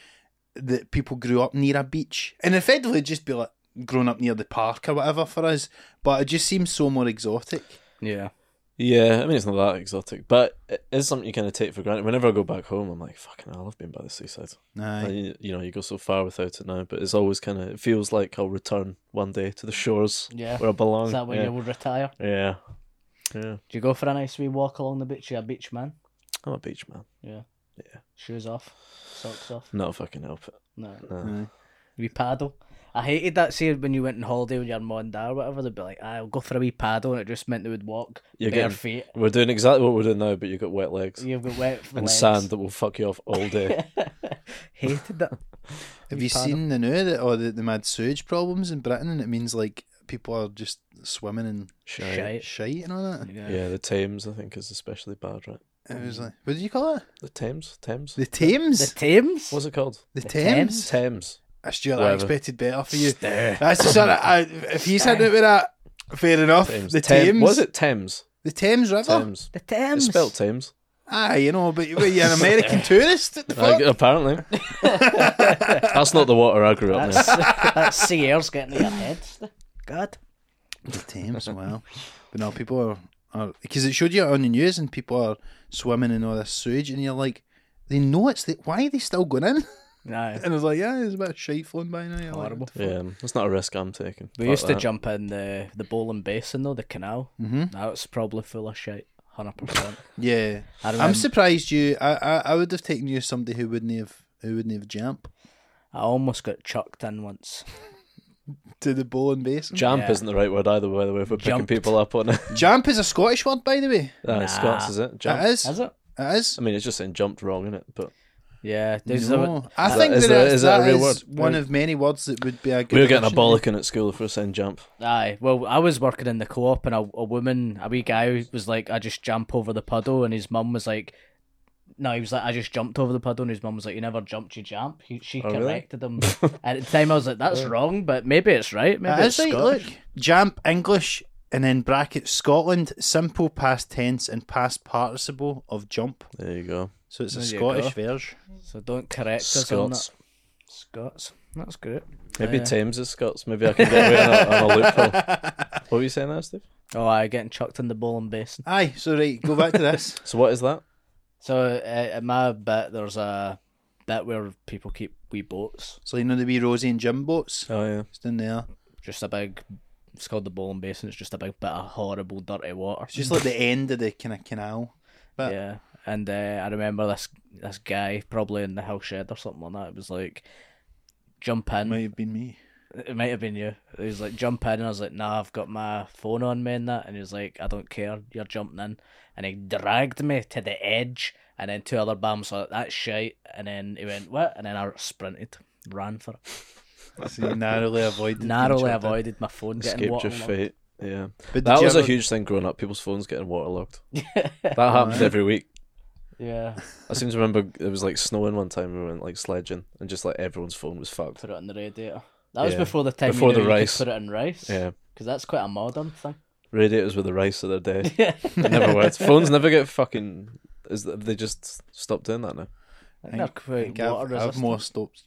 that people grew up near a beach, and effectively it'd just be like grown up near the park or whatever for us. But it just seems so more exotic.
Yeah.
Yeah, I mean it's not that exotic, but it is something you kind of take for granted. Whenever I go back home, I'm like, fucking, hell, I love being by the seaside.
Aye.
And you, you know, you go so far without it now, but it's always kind of it feels like I'll return one day to the shores
Yeah.
where I belong.
Is that where
yeah.
you would retire?
Yeah, yeah.
Do you go for a nice wee walk along the beach? You a beach man?
I'm a beach man.
Yeah.
Yeah.
Shoes off, socks off.
Not if I can help it.
No.
No.
wee paddle. I hated that. See, when you went on holiday with your mum and dad or whatever, they'd be like, "I'll go for a wee paddle," and it just meant they would walk
You're
bare
getting-
feet.
We're doing exactly what we're doing now, but you've got wet legs
You've got wet
and
legs.
sand that will fuck you off all day.
Hated that.
Have you seen the new that or the, the mad sewage problems in Britain? And it means like people are just swimming in
Shite.
Shite.
shite and all that.
Yeah, the Thames I think is especially bad, right?
It was like, what did you call it?
The Thames, Thames.
The
The
Thames.
Thames.
What's it called?
The, Thames.
Thames?
Thames.
Uh, Stuart, I
Whatever.
expected better for you. That's the sort of. I, if he's hitting it with that, fair enough.
Thames.
The
Thames.
Thames.
Was it Thames?
The Thames River.
Thames.
the Oh, Thames.
It's spelled Thames.
Ah, you know, but but you're an American tourist. What the
Like, um,
fuck?
apparently. That's not the water I grew up
That's
in.
that sea air's getting to your head. God.
The Thames, wow. But no, people are- are because it showed you on the news and people are swimming in all this sewage, and you're like, they know it's the, why are they still going in?
No.
And I was like, yeah, there's about shite flowing by now. You're like,
Horrible.
Yeah, that's not a risk I'm taking.
We
Fuck
used to
that.
jump in the the Bowling Basin though, the canal. Mm-hmm. Now it's probably full of shit. Hundred percent.
Yeah,
I
I'm
remember.
surprised you. I, I I would have taken you as somebody who wouldn't have who wouldn't have jumped
I almost got chucked in once.
to the bowling basin.
Jamp
Yeah.
isn't the right word either, by the way, if we're
Jumped.
picking people up on it.
Jump is a Scottish word, by the way.
Nah, Scots, is it? Jump.
It is.
Is it?
It is.
I mean, it's just saying jumped wrong, isn't it? But
Yeah, there's a-
No. I
that-
think
is
that
that-
is,
is that a real word?
one
Yeah.
of many words that would be a good.
We were getting a
dictionary.
bollocking at school for saying jump.
Aye, well, I was working in the co-op, and a, a woman, a wee guy, was like, "I just jump over the puddle," and his mum was like, "No, he was like, I just jumped over the puddle," and his mum was like, "You never jumped, you jump." He, she
Oh, really?
corrected him, and at the time I was like, "That's wrong," but maybe it's right. Maybe
That
it's
is right,
Scottish.
look. Jamp English and then brackets Scotland, simple past tense and past participle of jump.
There you go.
So it's a
There you
Scottish
go.
version.
So don't correct us
Scots.
on that. Scots, that's good.
Maybe Thames is Scots. Maybe I can get away on a, on a loophole. What were you saying there, Steve?
Oh, I getting chucked in the bowling basin.
Aye, so right, go back to this.
So what is that?
So uh, in my bit, there's a bit where people keep wee boats,
so you know the wee Rosie and Jim boats?
Oh yeah.
It's in there.
just a big. It's called the bowling basin. It's just a big bit of horrible, dirty water.
It's just like the end of the kind of canal. But
Yeah, and uh, I remember this this guy probably in the house shed or something like that. It was like, jump in.
might have been me.
It might have been you. He was like, jump in, and I was like, nah, I've got my phone on me and that. And he was like, I don't care, you're jumping in. And he dragged me to the edge, and then two other bums were like, that's shite. And then he went, what? And then I sprinted, ran for it.
So you narrowly avoided. being
Narrowly
chopped in.
avoided my phone getting
Escaped your
water.
fate. Yeah.
But
that
did you
was a
ever-
huge thing growing up. People's phones getting waterlogged. that happened every week.
Yeah,
I seem to remember it was like snowing one time. We went like sledging, and just like everyone's phone was fucked.
put it on the radiator. That was
Yeah.
before the time
Before
you, knew
the
you could
rice.
put it in rice.
Yeah,
because that's quite a modern thing.
radiators were the rice of their day. It never worked. Phones never get fucking. Is that, they just stopped doing that now?
I
think-
think they're
I
quite
think
water
I've, I've
resistant.
more stopped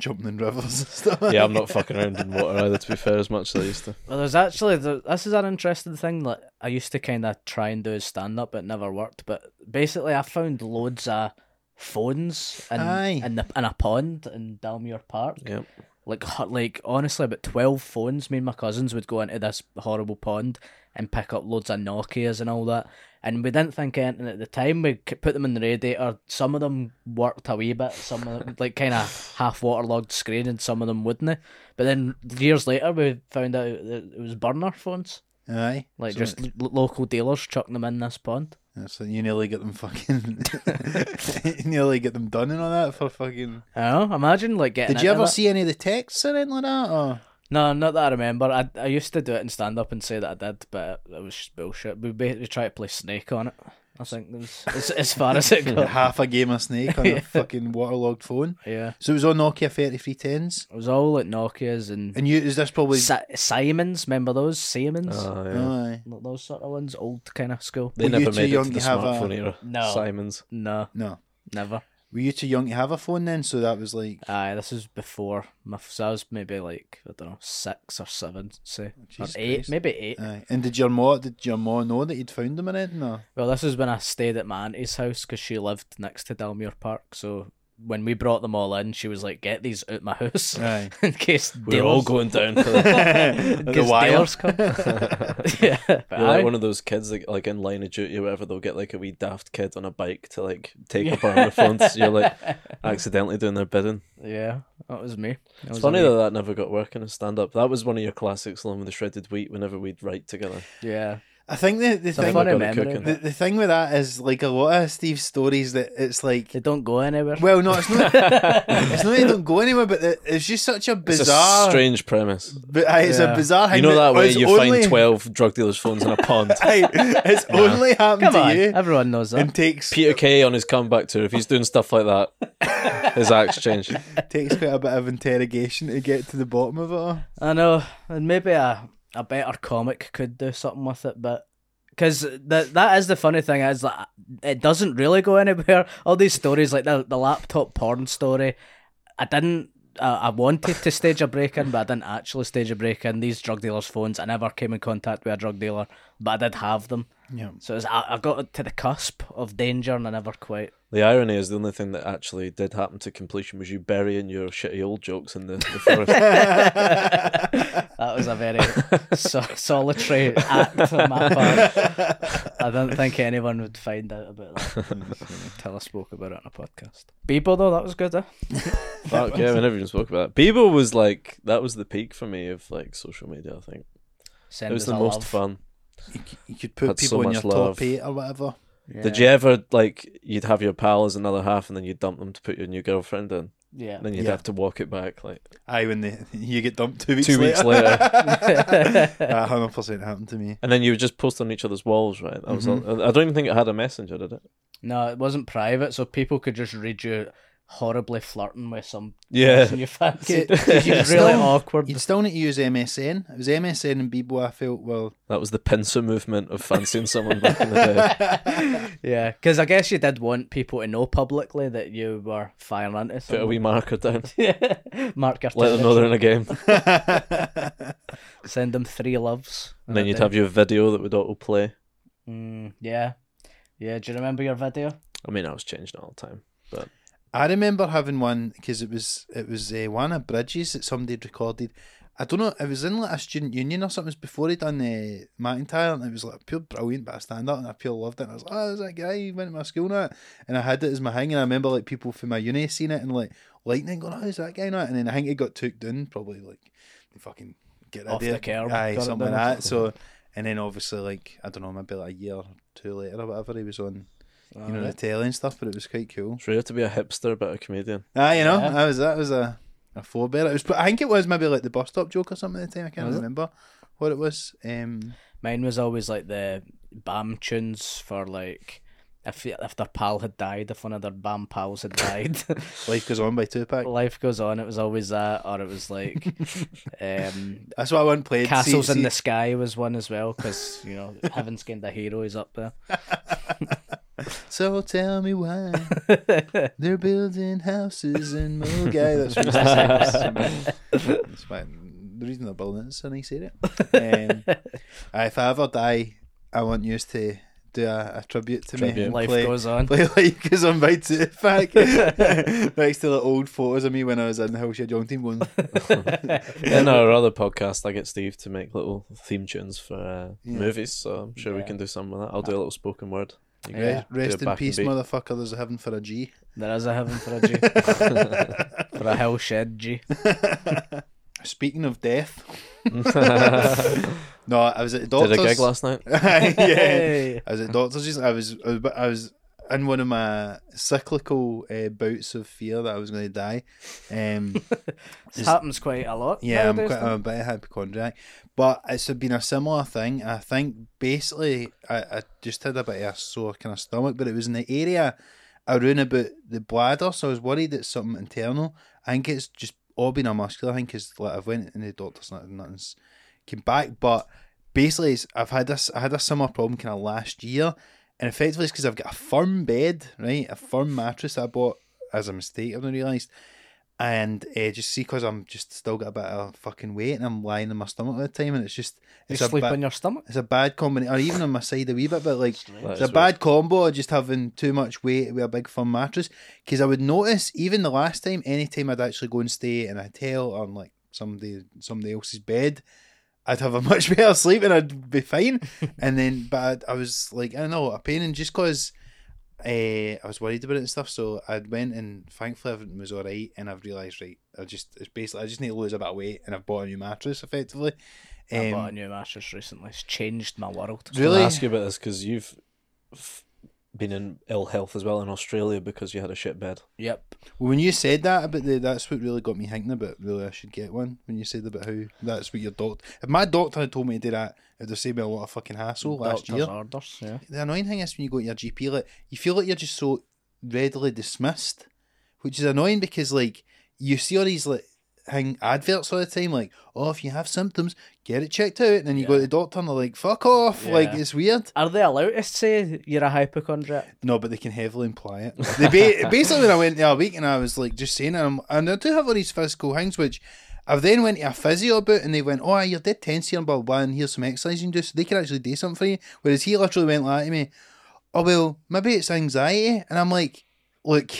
jumping in rivers and stuff.
Yeah, I'm not fucking around in water either. To be fair, as much as I used to.
Well, there's actually there, this is an interesting thing. Like I used to kind of try and do stand up, but it never worked. But basically, I found loads of phones in
Aye.
in, the, in a pond in Dalmuir Park.
Yeah.
Like ho- like honestly, about twelve phones. Me and my cousins would go into this horrible pond and pick up loads of Nokia's and all that. And we didn't think anything at the time. We c- put them in the radiator. Some of them worked a wee bit. Some of them, like kind of half waterlogged screen, and some of them wouldn't. But then years later, we found out that it was burner phones,
Aye.
like
So
just lo- local dealers chucking them in this pond.
That's like you nearly get them fucking. you nearly get them done and all that for fucking.
I don't know. Imagine like getting.
Did you
into
ever
that.
see any of the texts or anything like that? Or?
No, not that I remember. I I used to do it and stand up and say that I did, but it was just bullshit. We basically tried to play Snake on it. I think that was as, as far as it got.
half a game of Snake on a fucking waterlogged phone.
Yeah,
So it was on Nokia 3310s.
it was all like Nokia's and
And you is this probably
Si- Simons. Remember those Simons?
Uh.
Oh, yeah.
Aye.
Like those sort of ones, old kind of school.
they
Were you
never
too
made it
young
to
to
the
have a-
smartphone era.
No.
Simons.
No,
no.
never.
Were you too young to have a phone then? So that was like
Aye, this was before my. f- So I was maybe like I don't know six or seven, say
Jesus
or eight,
Christ.
maybe eight.
aye. And did your ma did your ma know that you'd found them or anything? No.
Well, this was when I stayed at my auntie's house because she lived next to Dalmuir Park. So when we brought them all in, she was like, "Get these out my house
Aye.
in case
We were all
dealers,
going down for the,
in
The
case
wire.
dealers come." yeah, but
You're like
aye.
one of those kids that, like in Line of Duty or whatever, they'll get like a wee daft kid on a bike to like take up on their phones. You're like accidentally doing their bidding.
yeah, that was me. That was
It's funny
me.
that that never got working in stand up. That was one of your classics, along with the shredded wheat. Whenever we'd write together,
Yeah,
I think the, the
it's a
thing
funny
got it
memory.
cooking.
the,
but
the thing with that is like a lot of Steve's stories that it's like
They don't go anywhere.
well no it's not it's not that they don't go anywhere but it- it's just such a
it's
bizarre
a strange premise.
but, aye, it's
Yeah.
a bizarre
You
thing
know that way
it's
you
only-
find twelve drug dealers' phones in a pond.
aye, it's only happened
Come
to
on,
you
everyone knows that.
and takes
Peter Kay on his comeback tour, if he's doing stuff like that, his acts change.
takes quite a bit of interrogation to get to the bottom of it all.
I know, and maybe a, a better comic could do something with it, but because that that is the funny thing is that it doesn't really go anywhere. All these stories, like the the laptop porn story, I didn't. Uh, I wanted to stage a break in, but I didn't actually stage a break in. These drug dealers' phones, I never came in contact with a drug dealer, but I did have them.
Yeah.
So it was, I, I got to the cusp of danger, and I never quite.
The irony is the only thing that actually did happen to completion was you burying your shitty old jokes in the, the forest.
That was a very so- solitary act on my part. I don't think anyone would find out about that until I spoke about it on a podcast. Bebo, though, that was good, eh?
Fuck yeah, we never even spoke about that. Bebo was like that was the peak for me of like social media. I think
Send
it was
us
the
a
most
love.
fun.
You, c- you could put
Had so
people in
much
your
love.
top eight or whatever.
Did you ever like you'd have your pal as another half, and then you'd dump them to put your new girlfriend in?
Yeah.
And then you'd
Yeah.
have to walk it back like
Aye, when the, you get dumped two weeks
two
later.
weeks later.
That 100% happened to me.
And then you would just post on each other's walls, right? That was
Mm-hmm.
all, I don't even think it had a messenger, did it?
No, it wasn't private, so people could just read you horribly flirting with some
Yeah.
person you fancied.
Did- did you
It's
still-
really awkward.
You'd still need to use MSN. It was MSN and Bebo I felt, well,
That was the pincer movement of fancying someone back in the day.
Yeah, because I guess you did want people to know publicly that you were firing into
Put a
someone.
wee marker down.
Mark your
Let them know they're in a game.
Send them three loves.
And then you'd have your video that would auto play.
Mm, yeah. Yeah, do you remember your video?
I mean, I was changing it all the time. But
I remember having one because it was it was uh, one of Bridges that somebody had recorded. I don't know. It was in like a student union or something. It was before he'd done the McIntyre, and it was like pure brilliant bit of stand up, and I pure loved it. And I was like, oh, there's that guy he went to my school now, and I had it as my hang. And I remember like people from my uni seeing it and like liking it, and going, oh, who's that guy now? And then I think it got took down, probably like they fucking get rid
Off
of
the
it.
curb,
aye,
got it
something like
down.
that. So, and then obviously like I don't know, maybe like a year or two later or whatever, he was on. You know the telly and stuff, but it was quite cool.
it's rare to be a hipster but a comedian.
Ah, you know, that was that was a a forebear. It was, I think it was maybe like the bus stop joke or something at the time. I can't remember what it was. Um,
Mine was always like the BAM tunes for like. If, if their pal had died, if one of their BAM pals had died,
Life goes on by Tupac.
life goes on. It was always that, or it was like um,
That's why I went played.
Castles
See-
in
see-
the Sky was one as well, because you know Heaven's Kind of Hero is up there.
So tell me why they're building houses in Mogai. That's what he said. That's fine. The reason they're building it is so nice area. Um, aye, if I ever die, I want you to do a, a tribute to me.
Tribute.
and
Life
play-
goes on.
play like because I'm by Tupac. Next to the old photos of me when I was in the Hillshire John team going,
In our other podcast, I get Steve to make little theme tunes for uh, movies, so I'm sure we
Yeah.
can do some with that. I'll do a little spoken word. You can
Yeah.
do a
rest
back
in
and
peace,
beat.
motherfucker, there's a heaven for a G.
There is a heaven for a G. for a hell shed G.
Speaking of death. no, I was at the doctor's.
Did a gig last night.
yeah. I was at doctor's recently. I was, I was, I was in one of my cyclical uh, bouts of fear that I was going to die. Um,
This happens quite a lot.
Yeah, I'm
nowadays,
quite I'm a bit hypochondriac, but it's been a similar thing. I think basically I, I just had a bit of a sore kind of stomach, but it was in the area around about the bladder, so I was worried it's something internal. I think it's just all been a muscular thing because like I've went and the doctor's not nothing's came back, but basically it's, I've had this I had a similar problem kind of last year, and effectively it's because I've got a firm bed, right, a firm mattress that I bought as a mistake. I've not realised and uh, just see because I'm just still got a bit of fucking weight and I'm lying in my stomach all the time and it's just
You
it's
sleep
a ba-
on your stomach.
it's a bad combination or even on my side a wee bit but like it's a
is
bad combo of just having too much weight with a big firm mattress because I would notice even the last time anytime I'd actually go and stay in a hotel or in like somebody somebody else's bed I'd have a much better sleep and I'd be fine and then but I, I was like I don't know a pain and just cause uh, I was worried about it and stuff, so I went and thankfully everything was all right. And I've realised, right, I just it's basically I just need to lose a bit of weight, and I've bought a new mattress effectively.
I
Um,
bought a new mattress recently. It's changed my world.
I
really,
ask you about this because you've f- been in ill health as well in Australia because you had a shit bed.
Yep.
Well, when you said that about the, that's what really got me thinking about really I should get one. When you said about how that's what your doctor, if my doctor had told me to do that, it'd have saved me a lot of fucking hassle last
Doctor's
year.
orders. Yeah.
The annoying thing is when you go to your GP, like you feel like you're just so readily dismissed, which is annoying because like you see all these like hang adverts all the time, like oh if you have symptoms, get it checked out, and then you go to the doctor and they're like fuck off, like
Yeah.
it's weird.
Are they allowed to say you're a hypochondriac?
No, but they can heavily imply it. They ba- basically when I went there a week and I was like just saying, and, i and I do have all these physical things which I've then went to a physio about, and they went, "Oh, aye, you're dead tense here, and blah blah, blah, and here's some exercise you can do." So they can actually do something for you. Whereas he literally went like to me, "Oh well, maybe it's anxiety," and I'm like, "Look,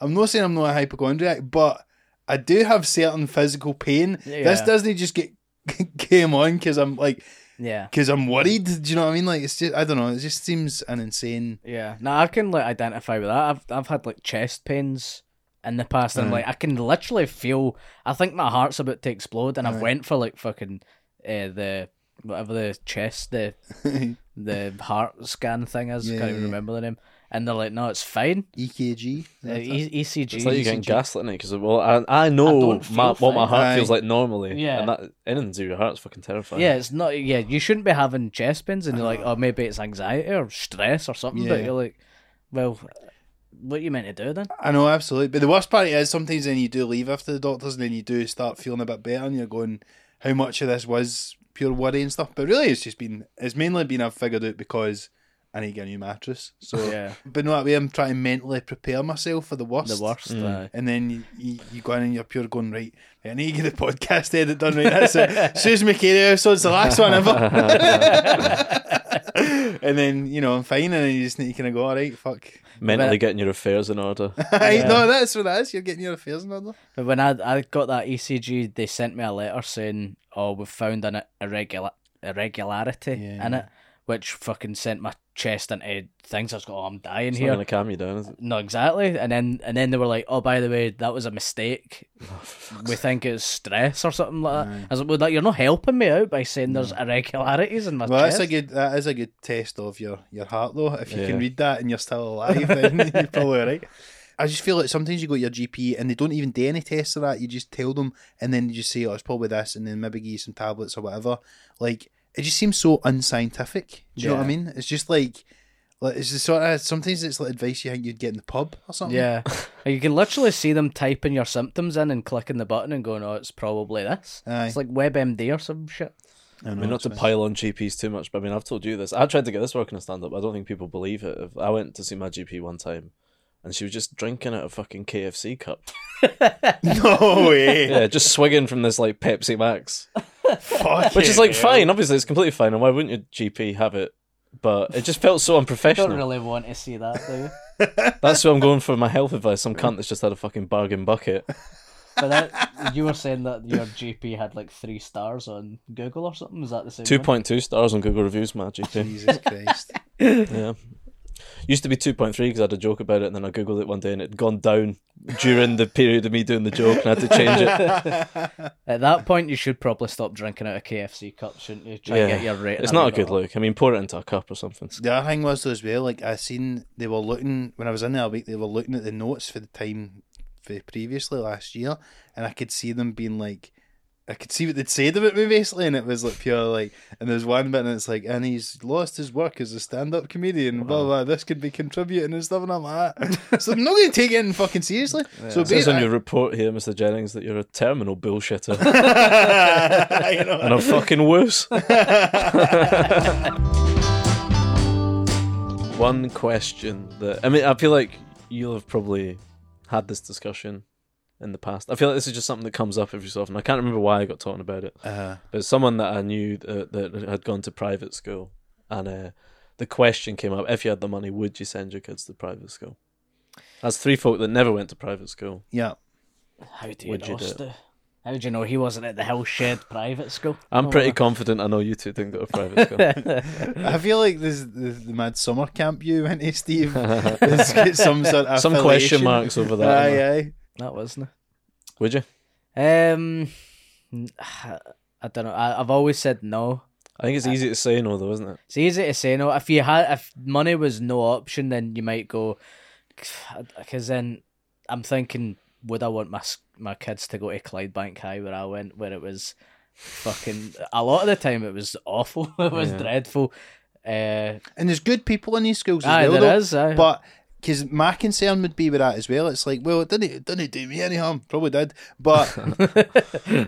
I'm not saying I'm not a hypochondriac, but I do have certain physical pain. This
Yeah.
doesn't just get." came on because I'm like
Yeah.
because I'm worried. Do you know what I mean? Like it's just I don't know. It just seems an insane.
Yeah. No, I can like identify with that. I've I've had like chest pains in the past, and like I can literally feel. I think my heart's about to explode, and I've went for like fucking uh, the whatever the chest, the the heart scan thing is.
Yeah,
can't even
yeah.
remember the name. And they're like, no, it's fine.
EKG.
Uh, e- ECG.
It's like you're getting gaslit, Nick, because well, I, I know
don't feel
my, what my
fine.
heart
Aye.
feels like normally.
Yeah.
And that anything to do with your heart's fucking terrifying.
yeah, it's not. Yeah, you shouldn't be having chest pains, and you're like, oh, maybe it's anxiety or stress or something. But
Yeah.
you're like, well, what are you meant to do then?
I know, absolutely. But the worst part is sometimes then you do leave after the doctors and then you do start feeling a bit better and you're going, how much of this was pure worry and stuff? But really, it's just been, it's mainly been I've figured out because I need to get a new mattress. So,
Yeah.
but no, that way I'm trying to mentally prepare myself for the worst.
The worst. uh,
And then you, you, you go in and you're pure going, right, I need to get the podcast edit done right now. So, Suze McCary episode's the last one ever. and then, you know, I'm fine. And then you just need to kind of go, all right, fuck.
Mentally
But-
getting your affairs in order.
I know that's what that is. You're getting your affairs in order.
But when I I got that ECG, they sent me a letter saying, "Oh, we've found an irregular irregularity
Yeah.
in it," which fucking sent my chest into things. I was going, "Oh, I'm dying
It's not
here."
going to calm you down, is it?
No, exactly. And then and then they were like, "Oh, by the way, that was a mistake. we think it's stress or something like that." I was like, well, like, "You're not helping me out by saying there's irregularities in my
Well,
chest."
that's a good. That is a good test of your your heart, though. If you can read that and you're still alive, then you're probably right. I just feel like sometimes you go to your GP and they don't even do any tests of that. You just tell them, and then you just say, "Oh, it's probably this," and then maybe give you some tablets or whatever. Like it just seems so unscientific. Do you know what I
Yeah.
mean? It's just like, like it's the sort of sometimes it's like advice you think you'd get in the pub or something.
yeah, And you can literally see them typing your symptoms in and clicking the button and going, "Oh, it's probably this."
Aye.
It's like WebMD or some shit.
I,
I mean, not to pile on GPs too much, but I mean, I've told you this. I tried to get this working a stand up. I don't think people believe it. If- I went to see my GP one time, and she was just drinking out of fucking KFC cup.
no way.
Yeah, just swigging from this like Pepsi Max,
Fuck
which
it.
is like fine. Obviously, it's completely fine, and why wouldn't your GP have it? But it just felt so
I don't
unprofessional.
really want to see that, do you?
That's who I'm going for my health advice. Some cunt that's just had a fucking bargain bucket.
But that, you were saying that your GP had like three stars on Google or something. Is that the same?
Two
one?
point two stars on Google reviews, my GP.
Jesus Christ.
Yeah. Used to be 2.3 because I had a joke about it, and then I googled it one day and it had gone down during the period of me doing the joke, and I had to change it.
At that point, you should probably stop drinking out of KFC cups, shouldn't you? Try and
Yeah.
get your rating.
It's
a
not
wee
a
bit
good
up.
look. I mean, pour it into a cup or something.
The other thing was though as well, like I seen they were looking when I was in there a week, they were looking at the notes for the time for previously last year, and I could see them being like, I could see what they'd said about me basically, and it was like pure like, and there's one bit and it's like, and he's lost his work as a stand-up comedian, blah blah. This could be contributing and stuff, and I'm like, "Ah." so I'm not going to take it in fucking seriously. So
It says on
basically,
your report here, Mr. Jennings, that you're a terminal bullshitter
you know,
and a fucking worse. One question that I mean, I feel like you'll have probably had this discussion in the past. I feel like this is just something that comes up every so often. I can't remember why I got talking about it.
uh,
But someone that I knew that, that had gone to private school, and uh, the question came up: If you had the money, would you send your kids to private school? That's three folk that never went to private school.
yeah.
How do you
Would
know?
you do it?
Stu? How do you know he wasn't at the Hillshed private school?
I'm
Oh,
pretty
wow.
confident. I know you two think that a private school.
I feel like this the, the mad summer camp you went to, Steve. There's some sort of
Some question
affiliation.
marks over that. aren't there?
Aye, aye.
that wasn't.
Would you?
it. Um, I don't know. I, I've always said no.
I think it's easy to say no, though, isn't it?
It's easy to say no. If you had, if money was no option, then you might go. Because then, I'm thinking, would I want my s- my kids to go to Clydebank High where I went, where it was fucking a lot of the time it was awful. It was
Yeah.
dreadful. Uh,
And there's good people in these schools as
aye,
well.
there
though.
is. Aye.
But because my concern would be with that as well. It's like, well, it didn't it didn't do me any harm. Probably did. But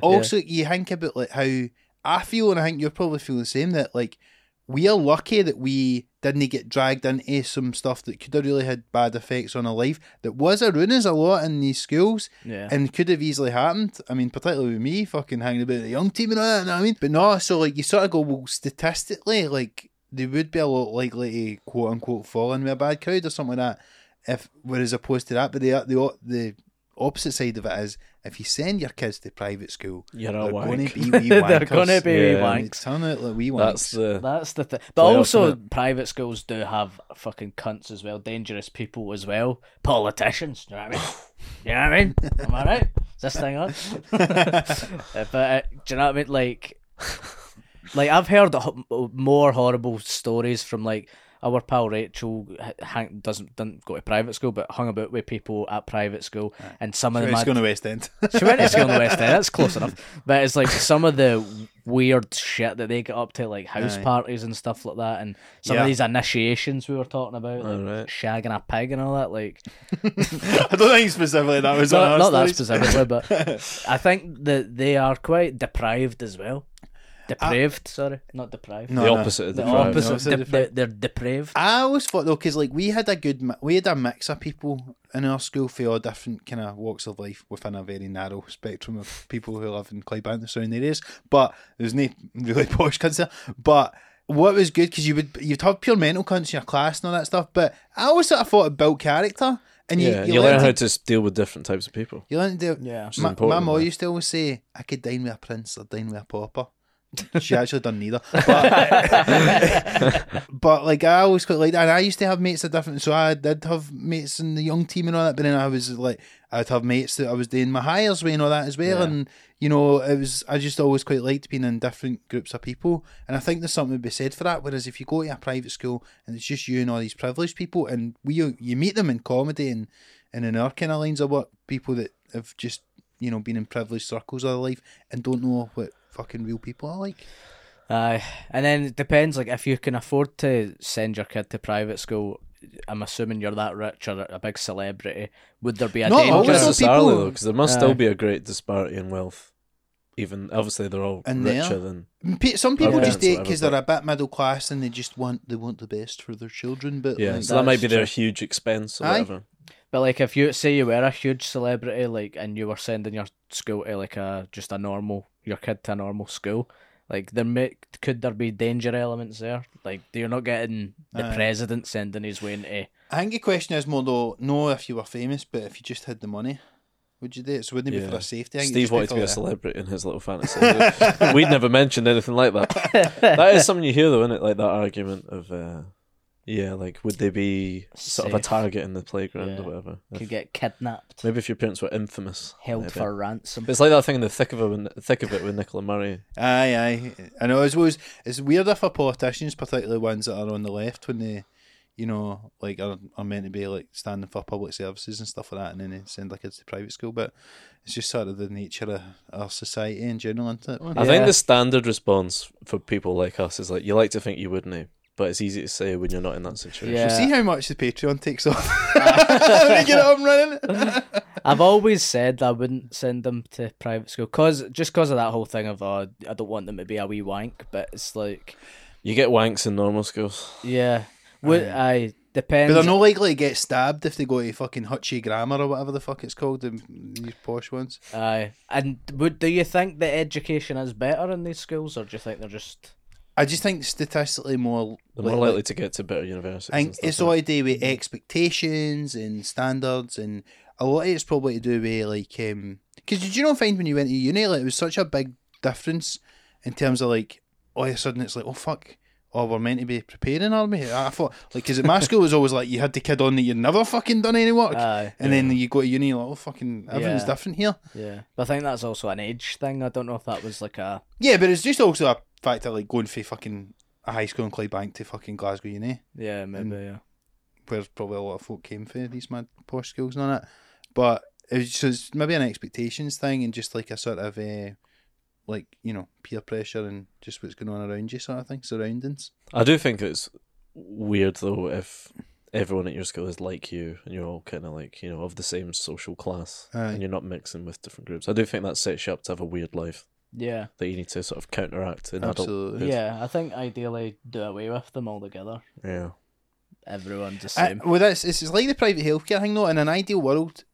also, you think about like how I feel, and I think you're probably feeling the same. That like we are lucky that we didn't get dragged into some stuff that could have really had bad effects on our life. That was a ruin us a lot in these schools.
yeah.
and could have easily happened. I mean, particularly with me fucking hanging about the young team and all that, you know what I mean? But no, so like you sort of go, well, statistically, like they would be a lot likely to quote unquote fall in with a bad crowd or something like that, if whereas opposed to that. But the the the opposite side of it is if you send your kids to private school,
You're a
they're going
wank.
to be wee
They're gonna
wankers.
be
Yeah.
wee
And they
wanks.
Turn out like wee
That's
wanks.
the.
That's the thing. But
Playoff,
also,
innit?
private schools do have fucking cunts as well, dangerous people as well, politicians. You know what I mean? you know what I mean? Am I right? Is this thing on? Uh, but uh, do you know what I mean? Like, Like I've heard ho- more horrible stories from like our pal Rachel h- hang, doesn't didn't go to private school, but hung about with people at private school, and some of them
It's
had-
going to West End.
she went to school in the West End. That's close enough. But it's like some of the weird shit that they get up to, like house
Aye.
parties and stuff like that, and some
Yeah.
of these initiations we were talking about, like
Alright.
shagging a pig and all that. Like
I don't think specifically that was
not,
on
not
our
that
stories.
specifically, but I think that they are quite deprived as well. Depraved, sorry, not deprived.
Ah. No,
the
no.
opposite of
the
the crowd.
opposite.
opposite
de-
depraved.
they're depraved.
I always thought though, because like we had a good, mi- we had a mix of people in our school for all different kind of walks of life within a very narrow spectrum of people who live in Clybourne and the surrounding areas. But there's no really posh cunts there. But what was good because you would you'd have pure mental cunts in your class and all that stuff. But I always sort of thought it built character, and you
Yeah,
you,
you learn
learned
how
to,
to s- deal with different types of people.
you learn to
Yeah.
yeah.
Which
is
My, my
important,
mum
yeah.
used to always say, "I could dine with a prince or dine with a pauper." she actually done neither. But, but, like I always quite like that. And I used to have mates that different so I did have mates in the young team and all that, but then I was like I'd have mates that I was doing my hires with and all that as well.
Yeah.
And you know, it was I just always quite liked being in different groups of people. And I think there's something to be said for that. Whereas if you go to a private school and it's just you and all these privileged people and we you meet them in comedy and, and in our kind of lines of work, people that have just, you know, been in privileged circles all their life and don't know what fucking real people are like.
Aye, and then it depends. Like, if you can afford to send your kid to private school, I'm assuming you're that rich or a big celebrity. Would there be a
Not
danger?
always,
Not
though,
necessarily
people- uh,
though, because there must
Aye.
still be a great disparity in wealth. Even obviously they're all
And they
richer
are.
than
Pe- Some people
Yeah.
just do it
Whatever,
because they're a bit middle class and they just want they want the best for their children. But
yeah,
like,
so that might be
that's
their huge expense or
Aye.
whatever.
But like, if you say you were a huge celebrity, like, and you were sending your school to like a just a normal your kid to a normal school, like there may, could there be danger elements there? Like, you're not getting the
Aye.
president sending his way into.
I think the question is more though, no, if you were famous, but if you just had the money, would you do it? So wouldn't it be
Yeah.
for a safety? I think it'd
Steve
just
wanted to be a
for like
celebrity in his little fantasy. We'd never mentioned anything like that. That is something you hear though, isn't it? Like that argument of uh, yeah, like would they be sort of a
Safe.
target in the playground
Yeah.
or whatever? If-
Could get kidnapped,
maybe if your parents were infamous,
held
maybe.
for ransom.
It's like that thing in the thick of it, when- thick of it with Nicola Murray.
Aye, aye. I know. It's always it's weirder for politicians, particularly ones that are on the left, when they, you know, like are, are meant to be like standing for public services and stuff like that, and then they send their kids to private school. But it's just sort of the nature of our society in general, isn't it?
I think
Yeah.
the standard response for people like us is like you like to think you wouldn't, eh? but it's easy to say when you're not in that situation.
Yeah.
See how much the Patreon takes off. Get it up and running.
I've always said I wouldn't send them to private school cause just cause of that whole thing of uh, I don't want them to be a wee wank, but it's like
You get wanks in normal schools.
yeah, would I depends.
But they're not likely to get stabbed if they go to fucking Hutchie Grammar or whatever the fuck it's called, them- these posh ones.
Aye. and would do you think that education is better in these schools, or do you think they're just
I just think statistically more.
They're more likely to get to better universities.
I
and
think
stuff
it's
like Mm-hmm.
all to do with expectations and standards, and a lot of it's probably to do with like. um 'cause did you not find when you went to uni, like, it was such a big difference in terms of like, all of a sudden it's like, oh fuck. Oh, we're meant to be preparing, are we? I thought, like, because at my school it was always like you had the kid on that you'd never fucking done any work,
Ah,
Aye.
and then you go to uni, like, oh fucking, everything's
Yeah.
different here.
yeah? But I think that's also an age thing. I don't know if that was like a
Yeah, but it's just also a fact that like going from fucking a high school in Clydebank to fucking Glasgow Uni,
yeah maybe yeah.
where probably a lot of folk came from these mad posh schools and all that. But it's just maybe an expectations thing and just like a sort of uh, like you know peer pressure and just what's going on around you sort of thing, surroundings.
that. I do think it's weird though if everyone at your school is like you and you're all kind of like you know of the same social class
Aye.
and you're not mixing with different groups. I do think that sets you up to have a weird life
Yeah,
that you need to sort of counteract in
Absolutely.
adulthood.
yeah. I think ideally do away with them altogether.
yeah.
Everyone's the
I,
same.
well, that's it's it's like the private healthcare thing though. In an ideal world,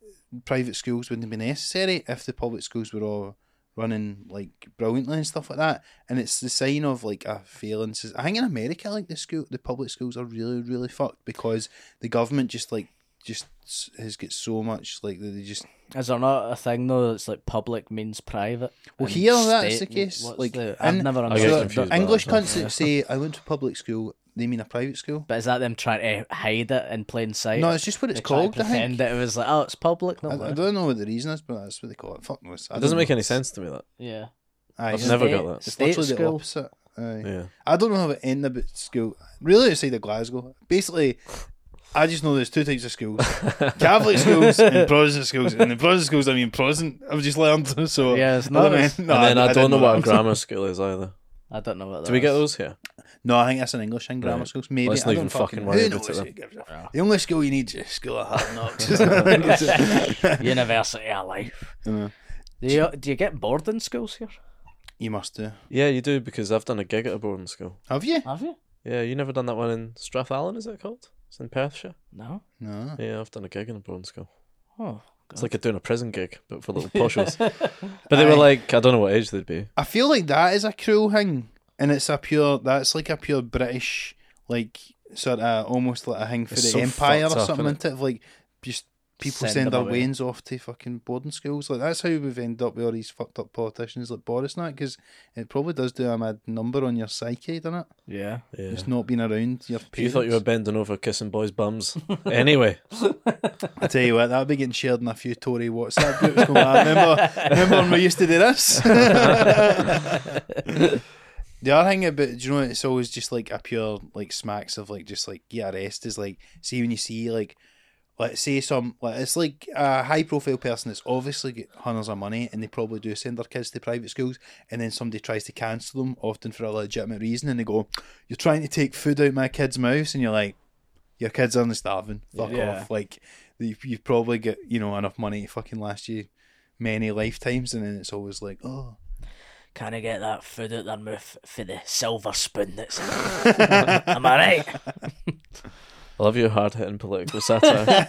private schools wouldn't be necessary if the public schools were all running like brilliantly and stuff like that. And it's the sign of like a failing. soc- I think in America, like the school, the public schools are really really fucked because the government just like just s- has got so much like that they just
Is there not a thing though that's like public means private?
Well,
and
here that's the
state-
case.
what's
Like,
the- I've
in-
never
I get
So,
understood.
confused
that.
by
the English
that, don't
cunts
I?
that say I went to public school, they mean a private school.
But is that them trying to hide it in plain sight?
No, it's just what
They
it's
try to
called. I think.
pretend that it was like, oh, it's public. No,
I, I don't know what the reason is, but that's what they call it. Fuck knows. I
It
don't
doesn't make
know.
any sense to me that.
yeah.
Aye,
I've
it's-
never
State-
got that.
It's
State
literally the
school.
opposite. Aye.
Yeah.
I don't know how it ended up at school. Really outside of Glasgow. Basically, I just know there's two types of schools. Catholic schools and Protestant schools. And in Protestant schools I mean Protestant I've just learned. So
Yeah, it's
I don't
nice.
mean-
and then I, don't
didn't
know what a
that.
grammar school is either.
I don't know what that
Do we get
is.
those here?
No, I think that's in English and grammar
Right.
schools. Maybe
Let's
I don't
not even fucking
fucking
worry
who
about
knows
it
who
then.
gives a- The only school you need is school of hard knocks.
University of life.
Yeah.
Do you, do you get bored in schools here?
you must do.
Yeah, you do because I've done a gig at a boarding school.
Have you?
Have you?
Yeah, you never done that one in Strathallan, is it called? It's in Perthshire.
No.
No.
Yeah, I've done a gig in a boarding school.
Oh.
It's like doing a prison gig, but for little poshers. but they were like, I don't know what age they'd be.
I feel like that is a cruel thing, and it's a pure. That's like a pure British, like sort of almost like a thing for
It's
the
so
empire or
fucked up,
something.
innit?
Into it, like just people
Send
send,
them
their
away.
wains off to fucking boarding schools. Like that's how we've ended up with all these fucked up politicians like Boris now, because it probably does do a mad number on your psyche, doesn't it?
Yeah.
Yeah.
Just not being around your parents.
You thought you were bending over kissing boys' bums. anyway,
I tell you what, that'll be getting shared in a few Tory WhatsApp groups. Going, I remember, remember when we used to do this. the other thing about, do you know, it's always just like a pure like smacks of like just like get arrested is like see when you see like let's say some like it's like a high profile person that's obviously got hundreds of money and they probably do send their kids to private schools and then somebody tries to cancel them often for a legitimate reason and they go you're trying to take food out my kid's mouths and you're like your kids aren't starving fuck
Yeah.
off like you you probably get you know enough money to fucking last you many lifetimes and then it's always like oh
Can I get that food out their mouth for the silver spoon that's Am I right?
I love your hard hitting political satire.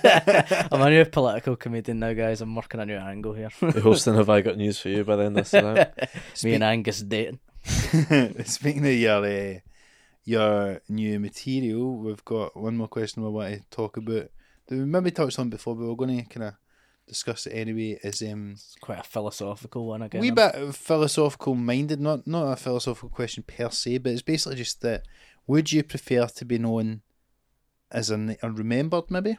I'm a new political comedian now, guys. I'm working a new angle here.
the hosting Have I Got News for You by the end of this tonight.
Me and Angus dating.
Speaking of your uh, your new material, we've got one more question we want to talk about that we maybe touched on before, but we're going to kind of discuss it anyway. Is um
It's quite a philosophical one again.
wee bit of philosophical minded, not not a philosophical question per se, but it's basically just that would you prefer to be known as a, ni- a remembered maybe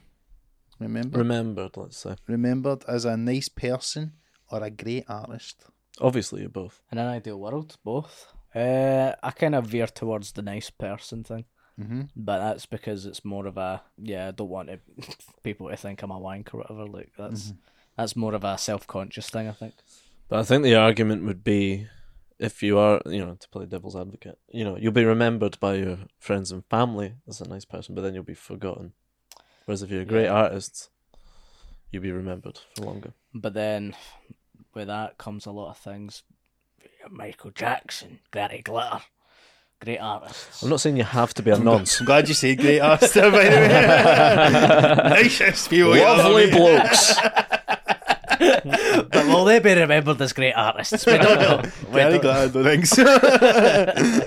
remembered
Remembered, let's say.
remembered as a nice person or a great artist?
Obviously, you're both.
In an ideal world, both. Uh, I kind of veer towards the nice person thing,
Mm-hmm.
but that's because it's more of a yeah. I don't want to, people to think I'm a wank or whatever. Like that's
Mm-hmm.
that's more of a self conscious thing. I think.
But I think the argument would be if you are, you know, to play devil's advocate, you know, you'll be remembered by your friends and family as a nice person, but then you'll be forgotten. Whereas if you're a great artist, you'll be remembered for longer.
But then with that comes a lot of things. Michael Jackson, Gary Glitter, great artists.
I'm not saying you have to be a nonce.
I'm glad you said great artist, by the way. Nicest people you've ever
Lovely
met.
blokes.
but will they be remembered as great artists? We don't know. We
Very
don't-
glad I don't think so.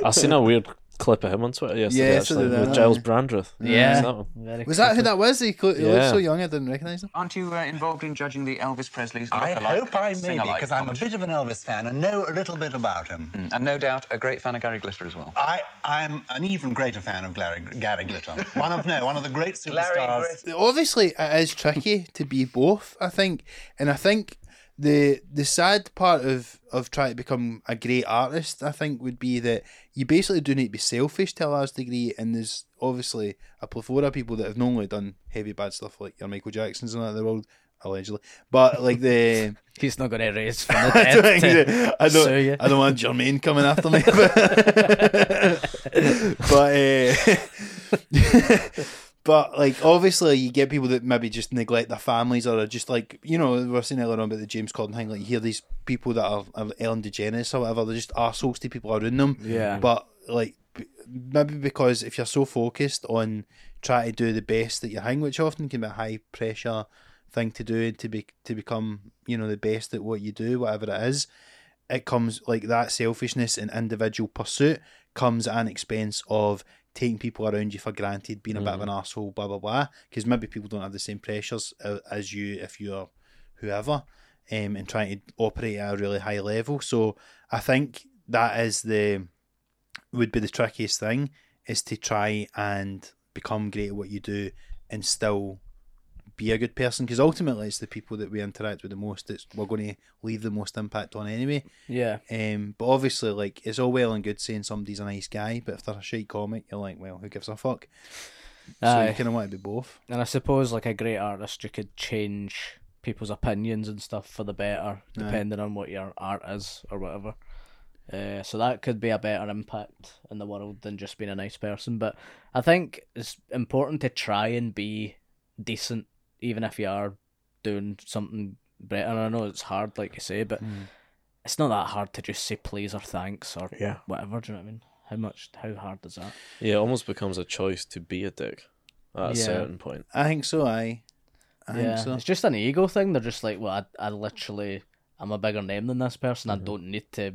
I seen a weird clip of him on Twitter yesterday,
Yeah, so
actually,
did I.
with Giles Brandreth.
Yeah.
That one.
Very
was that who that was? He, co- he looked
Yeah.
so young I didn't recognise him.
Aren't you uh, involved in judging the Elvis Presley's
I
look-alike
hope I may be,
sing-alike
because I'm a
competition?
bit of an Elvis fan and know a little bit about him.
And no doubt a great fan of Gary Glitter as well.
I, I'm an even greater fan of Gary, Gary Glitter. one of no, one of the great superstars.
Obviously, it is tricky to be both. I think, and I think the the sad part of of trying to become a great artist, I think, would be that you basically do need to be selfish to a large degree. And there's obviously a plethora of people that have normally done heavy bad stuff like your Michael Jacksons and that in the world allegedly, but like the
He's not going to raise from the
I don't,
dead.
think
to
that- I
sue you.
don't, I don't want Jermaine coming after me. but, uh, eh, but like, obviously, you get people that maybe just neglect their families or are just like, you know, we were saying earlier on about the James Corden thing. Like, you hear these people that are, are Ellen DeGeneres or whatever, they're just arseholes to people around them.
Yeah.
But like, b- maybe because if you're so focused on trying to do the best that you hang, which often can be a high pressure thing to do to be to become you know the best at what you do whatever it is it comes like that selfishness and individual pursuit comes at an expense of taking people around you for granted, being a bit of an asshole, blah blah blah. Because maybe people don't have the same pressures uh, as you if you're whoever, um, and trying to operate at a really high level. So I think that is the would be the trickiest thing is to try and become great at what you do and still be a good person because ultimately it's the people that we interact with the most that we're going to leave the most impact on anyway.
Yeah.
Um, but obviously, like it's all well and good saying somebody's a nice guy, but if they're a shite comic, you're like, well, who gives a fuck? So you
Aye.
kind of want to be both.
And I suppose, like a great artist, you could change people's opinions and stuff for the better, depending on what your art is or whatever. Uh, so that could be a better impact in the world than just being a nice person. But I think it's important to try and be decent, even if you are doing something better. And I know it's hard, like you say, but it's not that hard to just say please or thanks or
Yeah.
whatever. Do you know what I mean? How much? How hard is that?
Yeah, it almost becomes a choice to be a dick at
Yeah.
a certain point.
I think so. I, I
Yeah,
think so.
it's just an ego thing. They're just like, well, I, I literally, I'm a bigger name than this person. I don't need to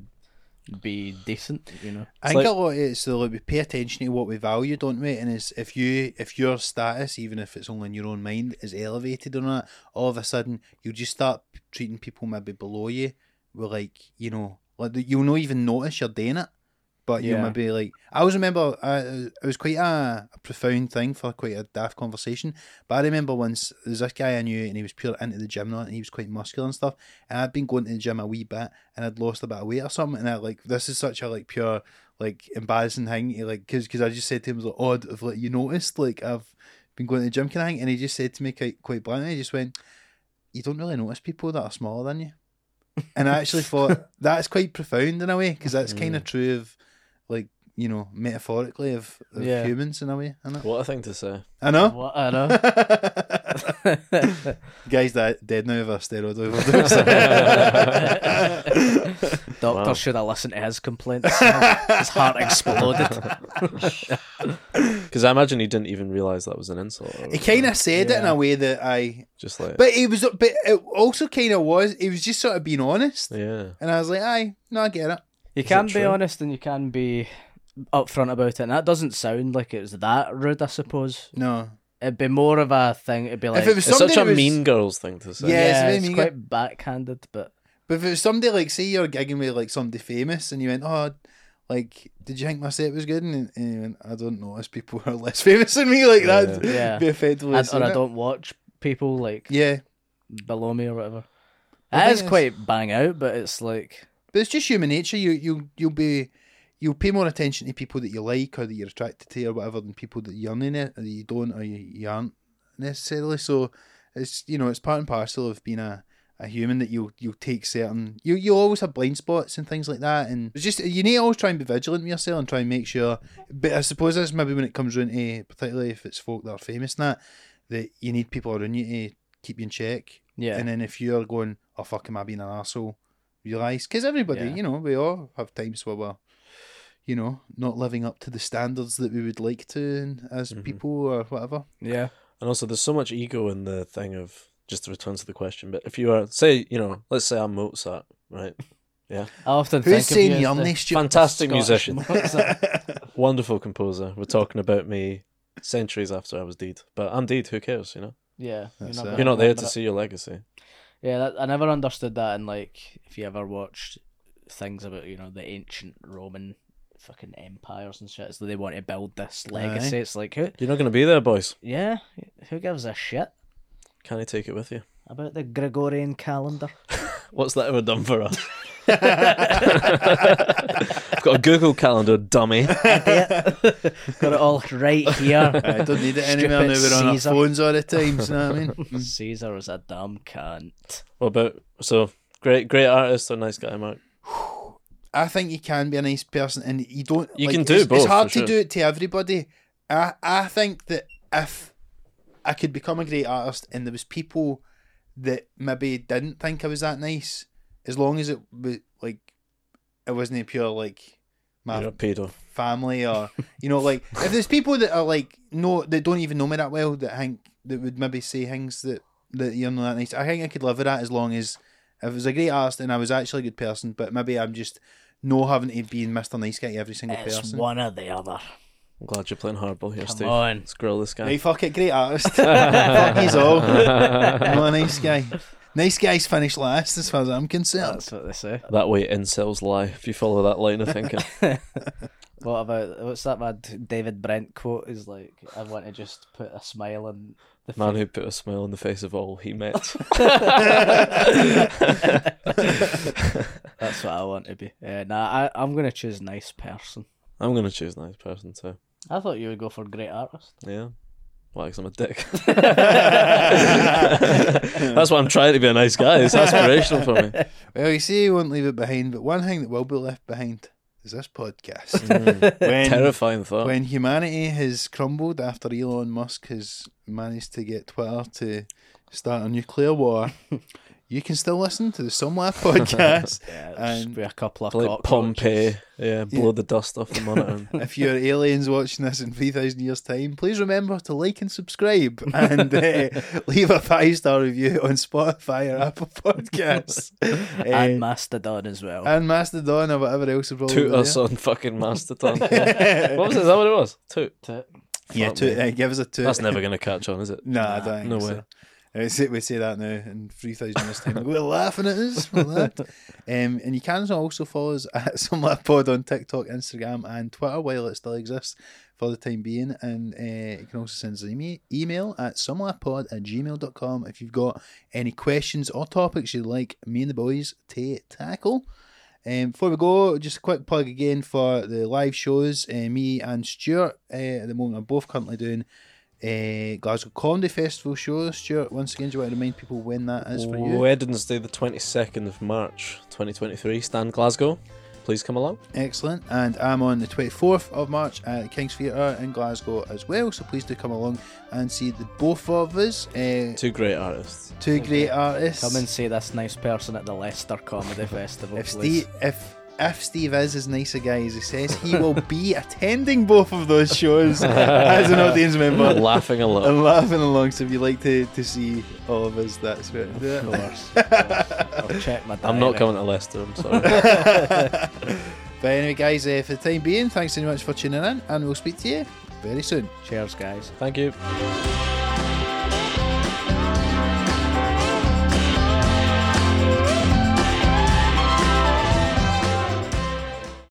be decent, you know.
I think
like-
a lot of it's like we pay attention to what we value, don't we? And it's if you if your status, even if it's only in your own mind, is elevated or not, all of a sudden you'll just start p- treating people maybe below you with like you know like th- you'll not even notice you're doing it, but you
Yeah.
will maybe like I always remember I it was quite a, a profound thing for quite a daft conversation. But I remember once there was this guy I knew and he was pure into the gym and all, and he was quite muscular and stuff. And I'd been going to the gym a wee bit and I'd lost a bit of weight or something. And I like this is such a like pure like embarrassing thing. He, like because I just said to him I was like, odd if like you noticed like I've been going to the gym kind of thing. And he just said to me quite quite bluntly, he just went, "You don't really notice people that are smaller than you." And I actually thought that's quite profound in a way because that's kind of true of like you know metaphorically of, of
Yeah.
humans in a way. Isn't it?
What a thing to say.
I know.
What I know.
Guys that dead now of a steroid overdose.
Doctor should have listened to his complaints. his heart exploded.
Because I imagine he didn't even realise that was an insult. or
he kind of said it in
Yeah.
a way that I,
Just like,
but he was, but it also kind of was. He was just sort of being honest,
yeah.
and I was like, "Aye, no, I get it."
You can
that
be
true?
honest and you can be upfront about it, and that doesn't sound like it was that rude. I suppose
No,
it'd be more of a thing. It'd be like,
if it was
It's
somebody
such a
that was-
mean girls thing to say.
Yeah. it's
yeah,
very
it's
mean.
quite backhanded, but
but if it was somebody like, say you're gigging with like somebody famous, and you went, "Oh, like, did you think my set was good?" and, and you went, "I don't know, as people who are less famous than me, like that."
Yeah.
be effectively.
I,
saying
or I
it.
don't watch people like
Yeah,
below me or whatever.
I
It is
think
quite bang out, but it's like
But it's just human nature. You you you'll be you'll pay more attention to people that you like or that you're attracted to or whatever than people that you're in it or that you don't or you, you aren't necessarily. So it's you know it's part and parcel of being a, a human that you'll you'll take certain you you always have blind spots and things like that and it's just you need to always try and be vigilant with yourself and try and make sure. But I suppose that's maybe when it comes round to particularly if it's folk that are famous and that that you need people around you to keep you in check.
Yeah.
And then if you're going, oh fuck, am I being an asshole? Realise because everybody,
Yeah.
you know, we all have times where we're, you know, not living up to the standards that we would like to and as
Mm-hmm.
people or whatever.
yeah,
And also, there's so much ego in the thing of just to return to the question. But if you are, say, you know, let's say I'm Mozart, right?
I often think
Who's
of you
saying
as
you're
the
nasty?
Fantastic
Scottish
musician,
Mozart.
wonderful composer. We're talking about me centuries after I was dead, but I'm dead. Who cares? You know,
yeah, you're
it.
gonna
you're not there
remember
to
it.
see your legacy.
Yeah, that, I never understood that. And like, if you ever watched things about you know the ancient Roman fucking empires and shit, so they want to build this legacy. It's like who?
You're not going to be there, boys.
Yeah, who gives a shit
Can I take it with you?
about the Gregorian calendar?
What's that ever done for us? I've got a Google Calendar, dummy.
Got it all right here.
I don't need it
Stupid
anymore now. We're on our
Caesar.
phones all the time. You know what I mean? Mm.
Caesar was a dumb cunt.
What about so great, great artist or nice guy, Mark?
I think you can be a nice person, and you don't.
You
like,
can do
it's,
both,
It's hard
for
to
sure.
do it to everybody. I I think that if I could become a great artist, and there was people that maybe didn't think I was that nice, as long as it was like it wasn't a pure like my
You're a pedo.
family or you know like if there's people that are like no that don't even know me that well that think that would maybe say things that that you're not that nice i think i could live with that as long as if it was a great artist and i was actually a good person but maybe i'm just no having to be mr nice guy to every single
It's
person
one or the other.
I'm glad you're playing hardball here, Steve.
on.
Let's grill this guy.
right fuck it great artist fuck he's all not a nice guy nice guys finish last as far as i'm concerned
That's what they say.
That way, incels lie. If you follow that line of thinking,
What about what's that mad David Brent quote? Is like, I want to just put a smile on the
Man who put a smile on the face of all he met.
That's what I want to be. Yeah, nah, I, I'm gonna choose nice person.
I'm gonna choose nice person too.
I thought you would go for great artist.
Yeah. Why? 'Cause I'm a dick. That's why I'm trying to be a nice guy. It's aspirational for me.
Well, you say you won't leave it behind, but one thing that will be left behind is this podcast. when,
Terrifying thought.
when humanity has crumbled after Elon Musk has managed to get Twitter to start a nuclear war, you can still listen to the Some Laugh podcast.
Yeah, it'll just
and
be a couple of
like
cockroaches.
Pompeii. Yeah, blow the dust off the monitor.
if you're aliens watching this in 3,000 years' time, please remember to like and subscribe and uh, leave a five star review on Spotify or Apple Podcasts.
and
Uh,
Mastodon as
Uh,
well.
and Mastodon or whatever else you probably
Toot
there.
us on fucking Mastodon. Yeah. What was it? Is that what it was? Toot.
Yeah,
Fuck
toot,
me.
uh, give us a toot.
That's never going to catch on, is it?
No, I don't.
no
think
way.
So. Uh, We say, we say that now in 3,000 years' time. We're laughing at us. We're laughed. um, and you can also follow us at Some Laugh Pod on TikTok, Instagram, and Twitter while it still exists for the time being. And uh, you can also send us an ema- email at somelaughpod at gmail.com if you've got any questions or topics you'd like me and the boys to tackle. Um, before we go, just a quick plug again for the live shows. Uh, me and Stuart uh, at the moment are both currently doing uh, Glasgow Comedy Festival show. Stuart, once again, do you want to remind people when that is for you?
Wednesday, the 22nd of March, 2023, Stan Glasgow. Please come along.
Excellent. And I'm on the 24th of March at King's Theatre in Glasgow as well, so please do come along and see the both of us. Uh,
Two great artists.
two great artists.
Come and see this nice person at the Leicester Comedy Festival.
if
please.
Steve, if if Steve is as nice a guy as he says, he will be attending both of those shows as an audience member.
laughing a lot.
I'm laughing along, so if you like to, to see all of us, that's where to do it.
Of course, of course. I'll check my. Diary.
I'm not coming to Leicester, I'm sorry.
But anyway, guys, uh, for the time being, thanks so much for tuning in, and we'll speak to you very soon.
Cheers, guys.
Thank you.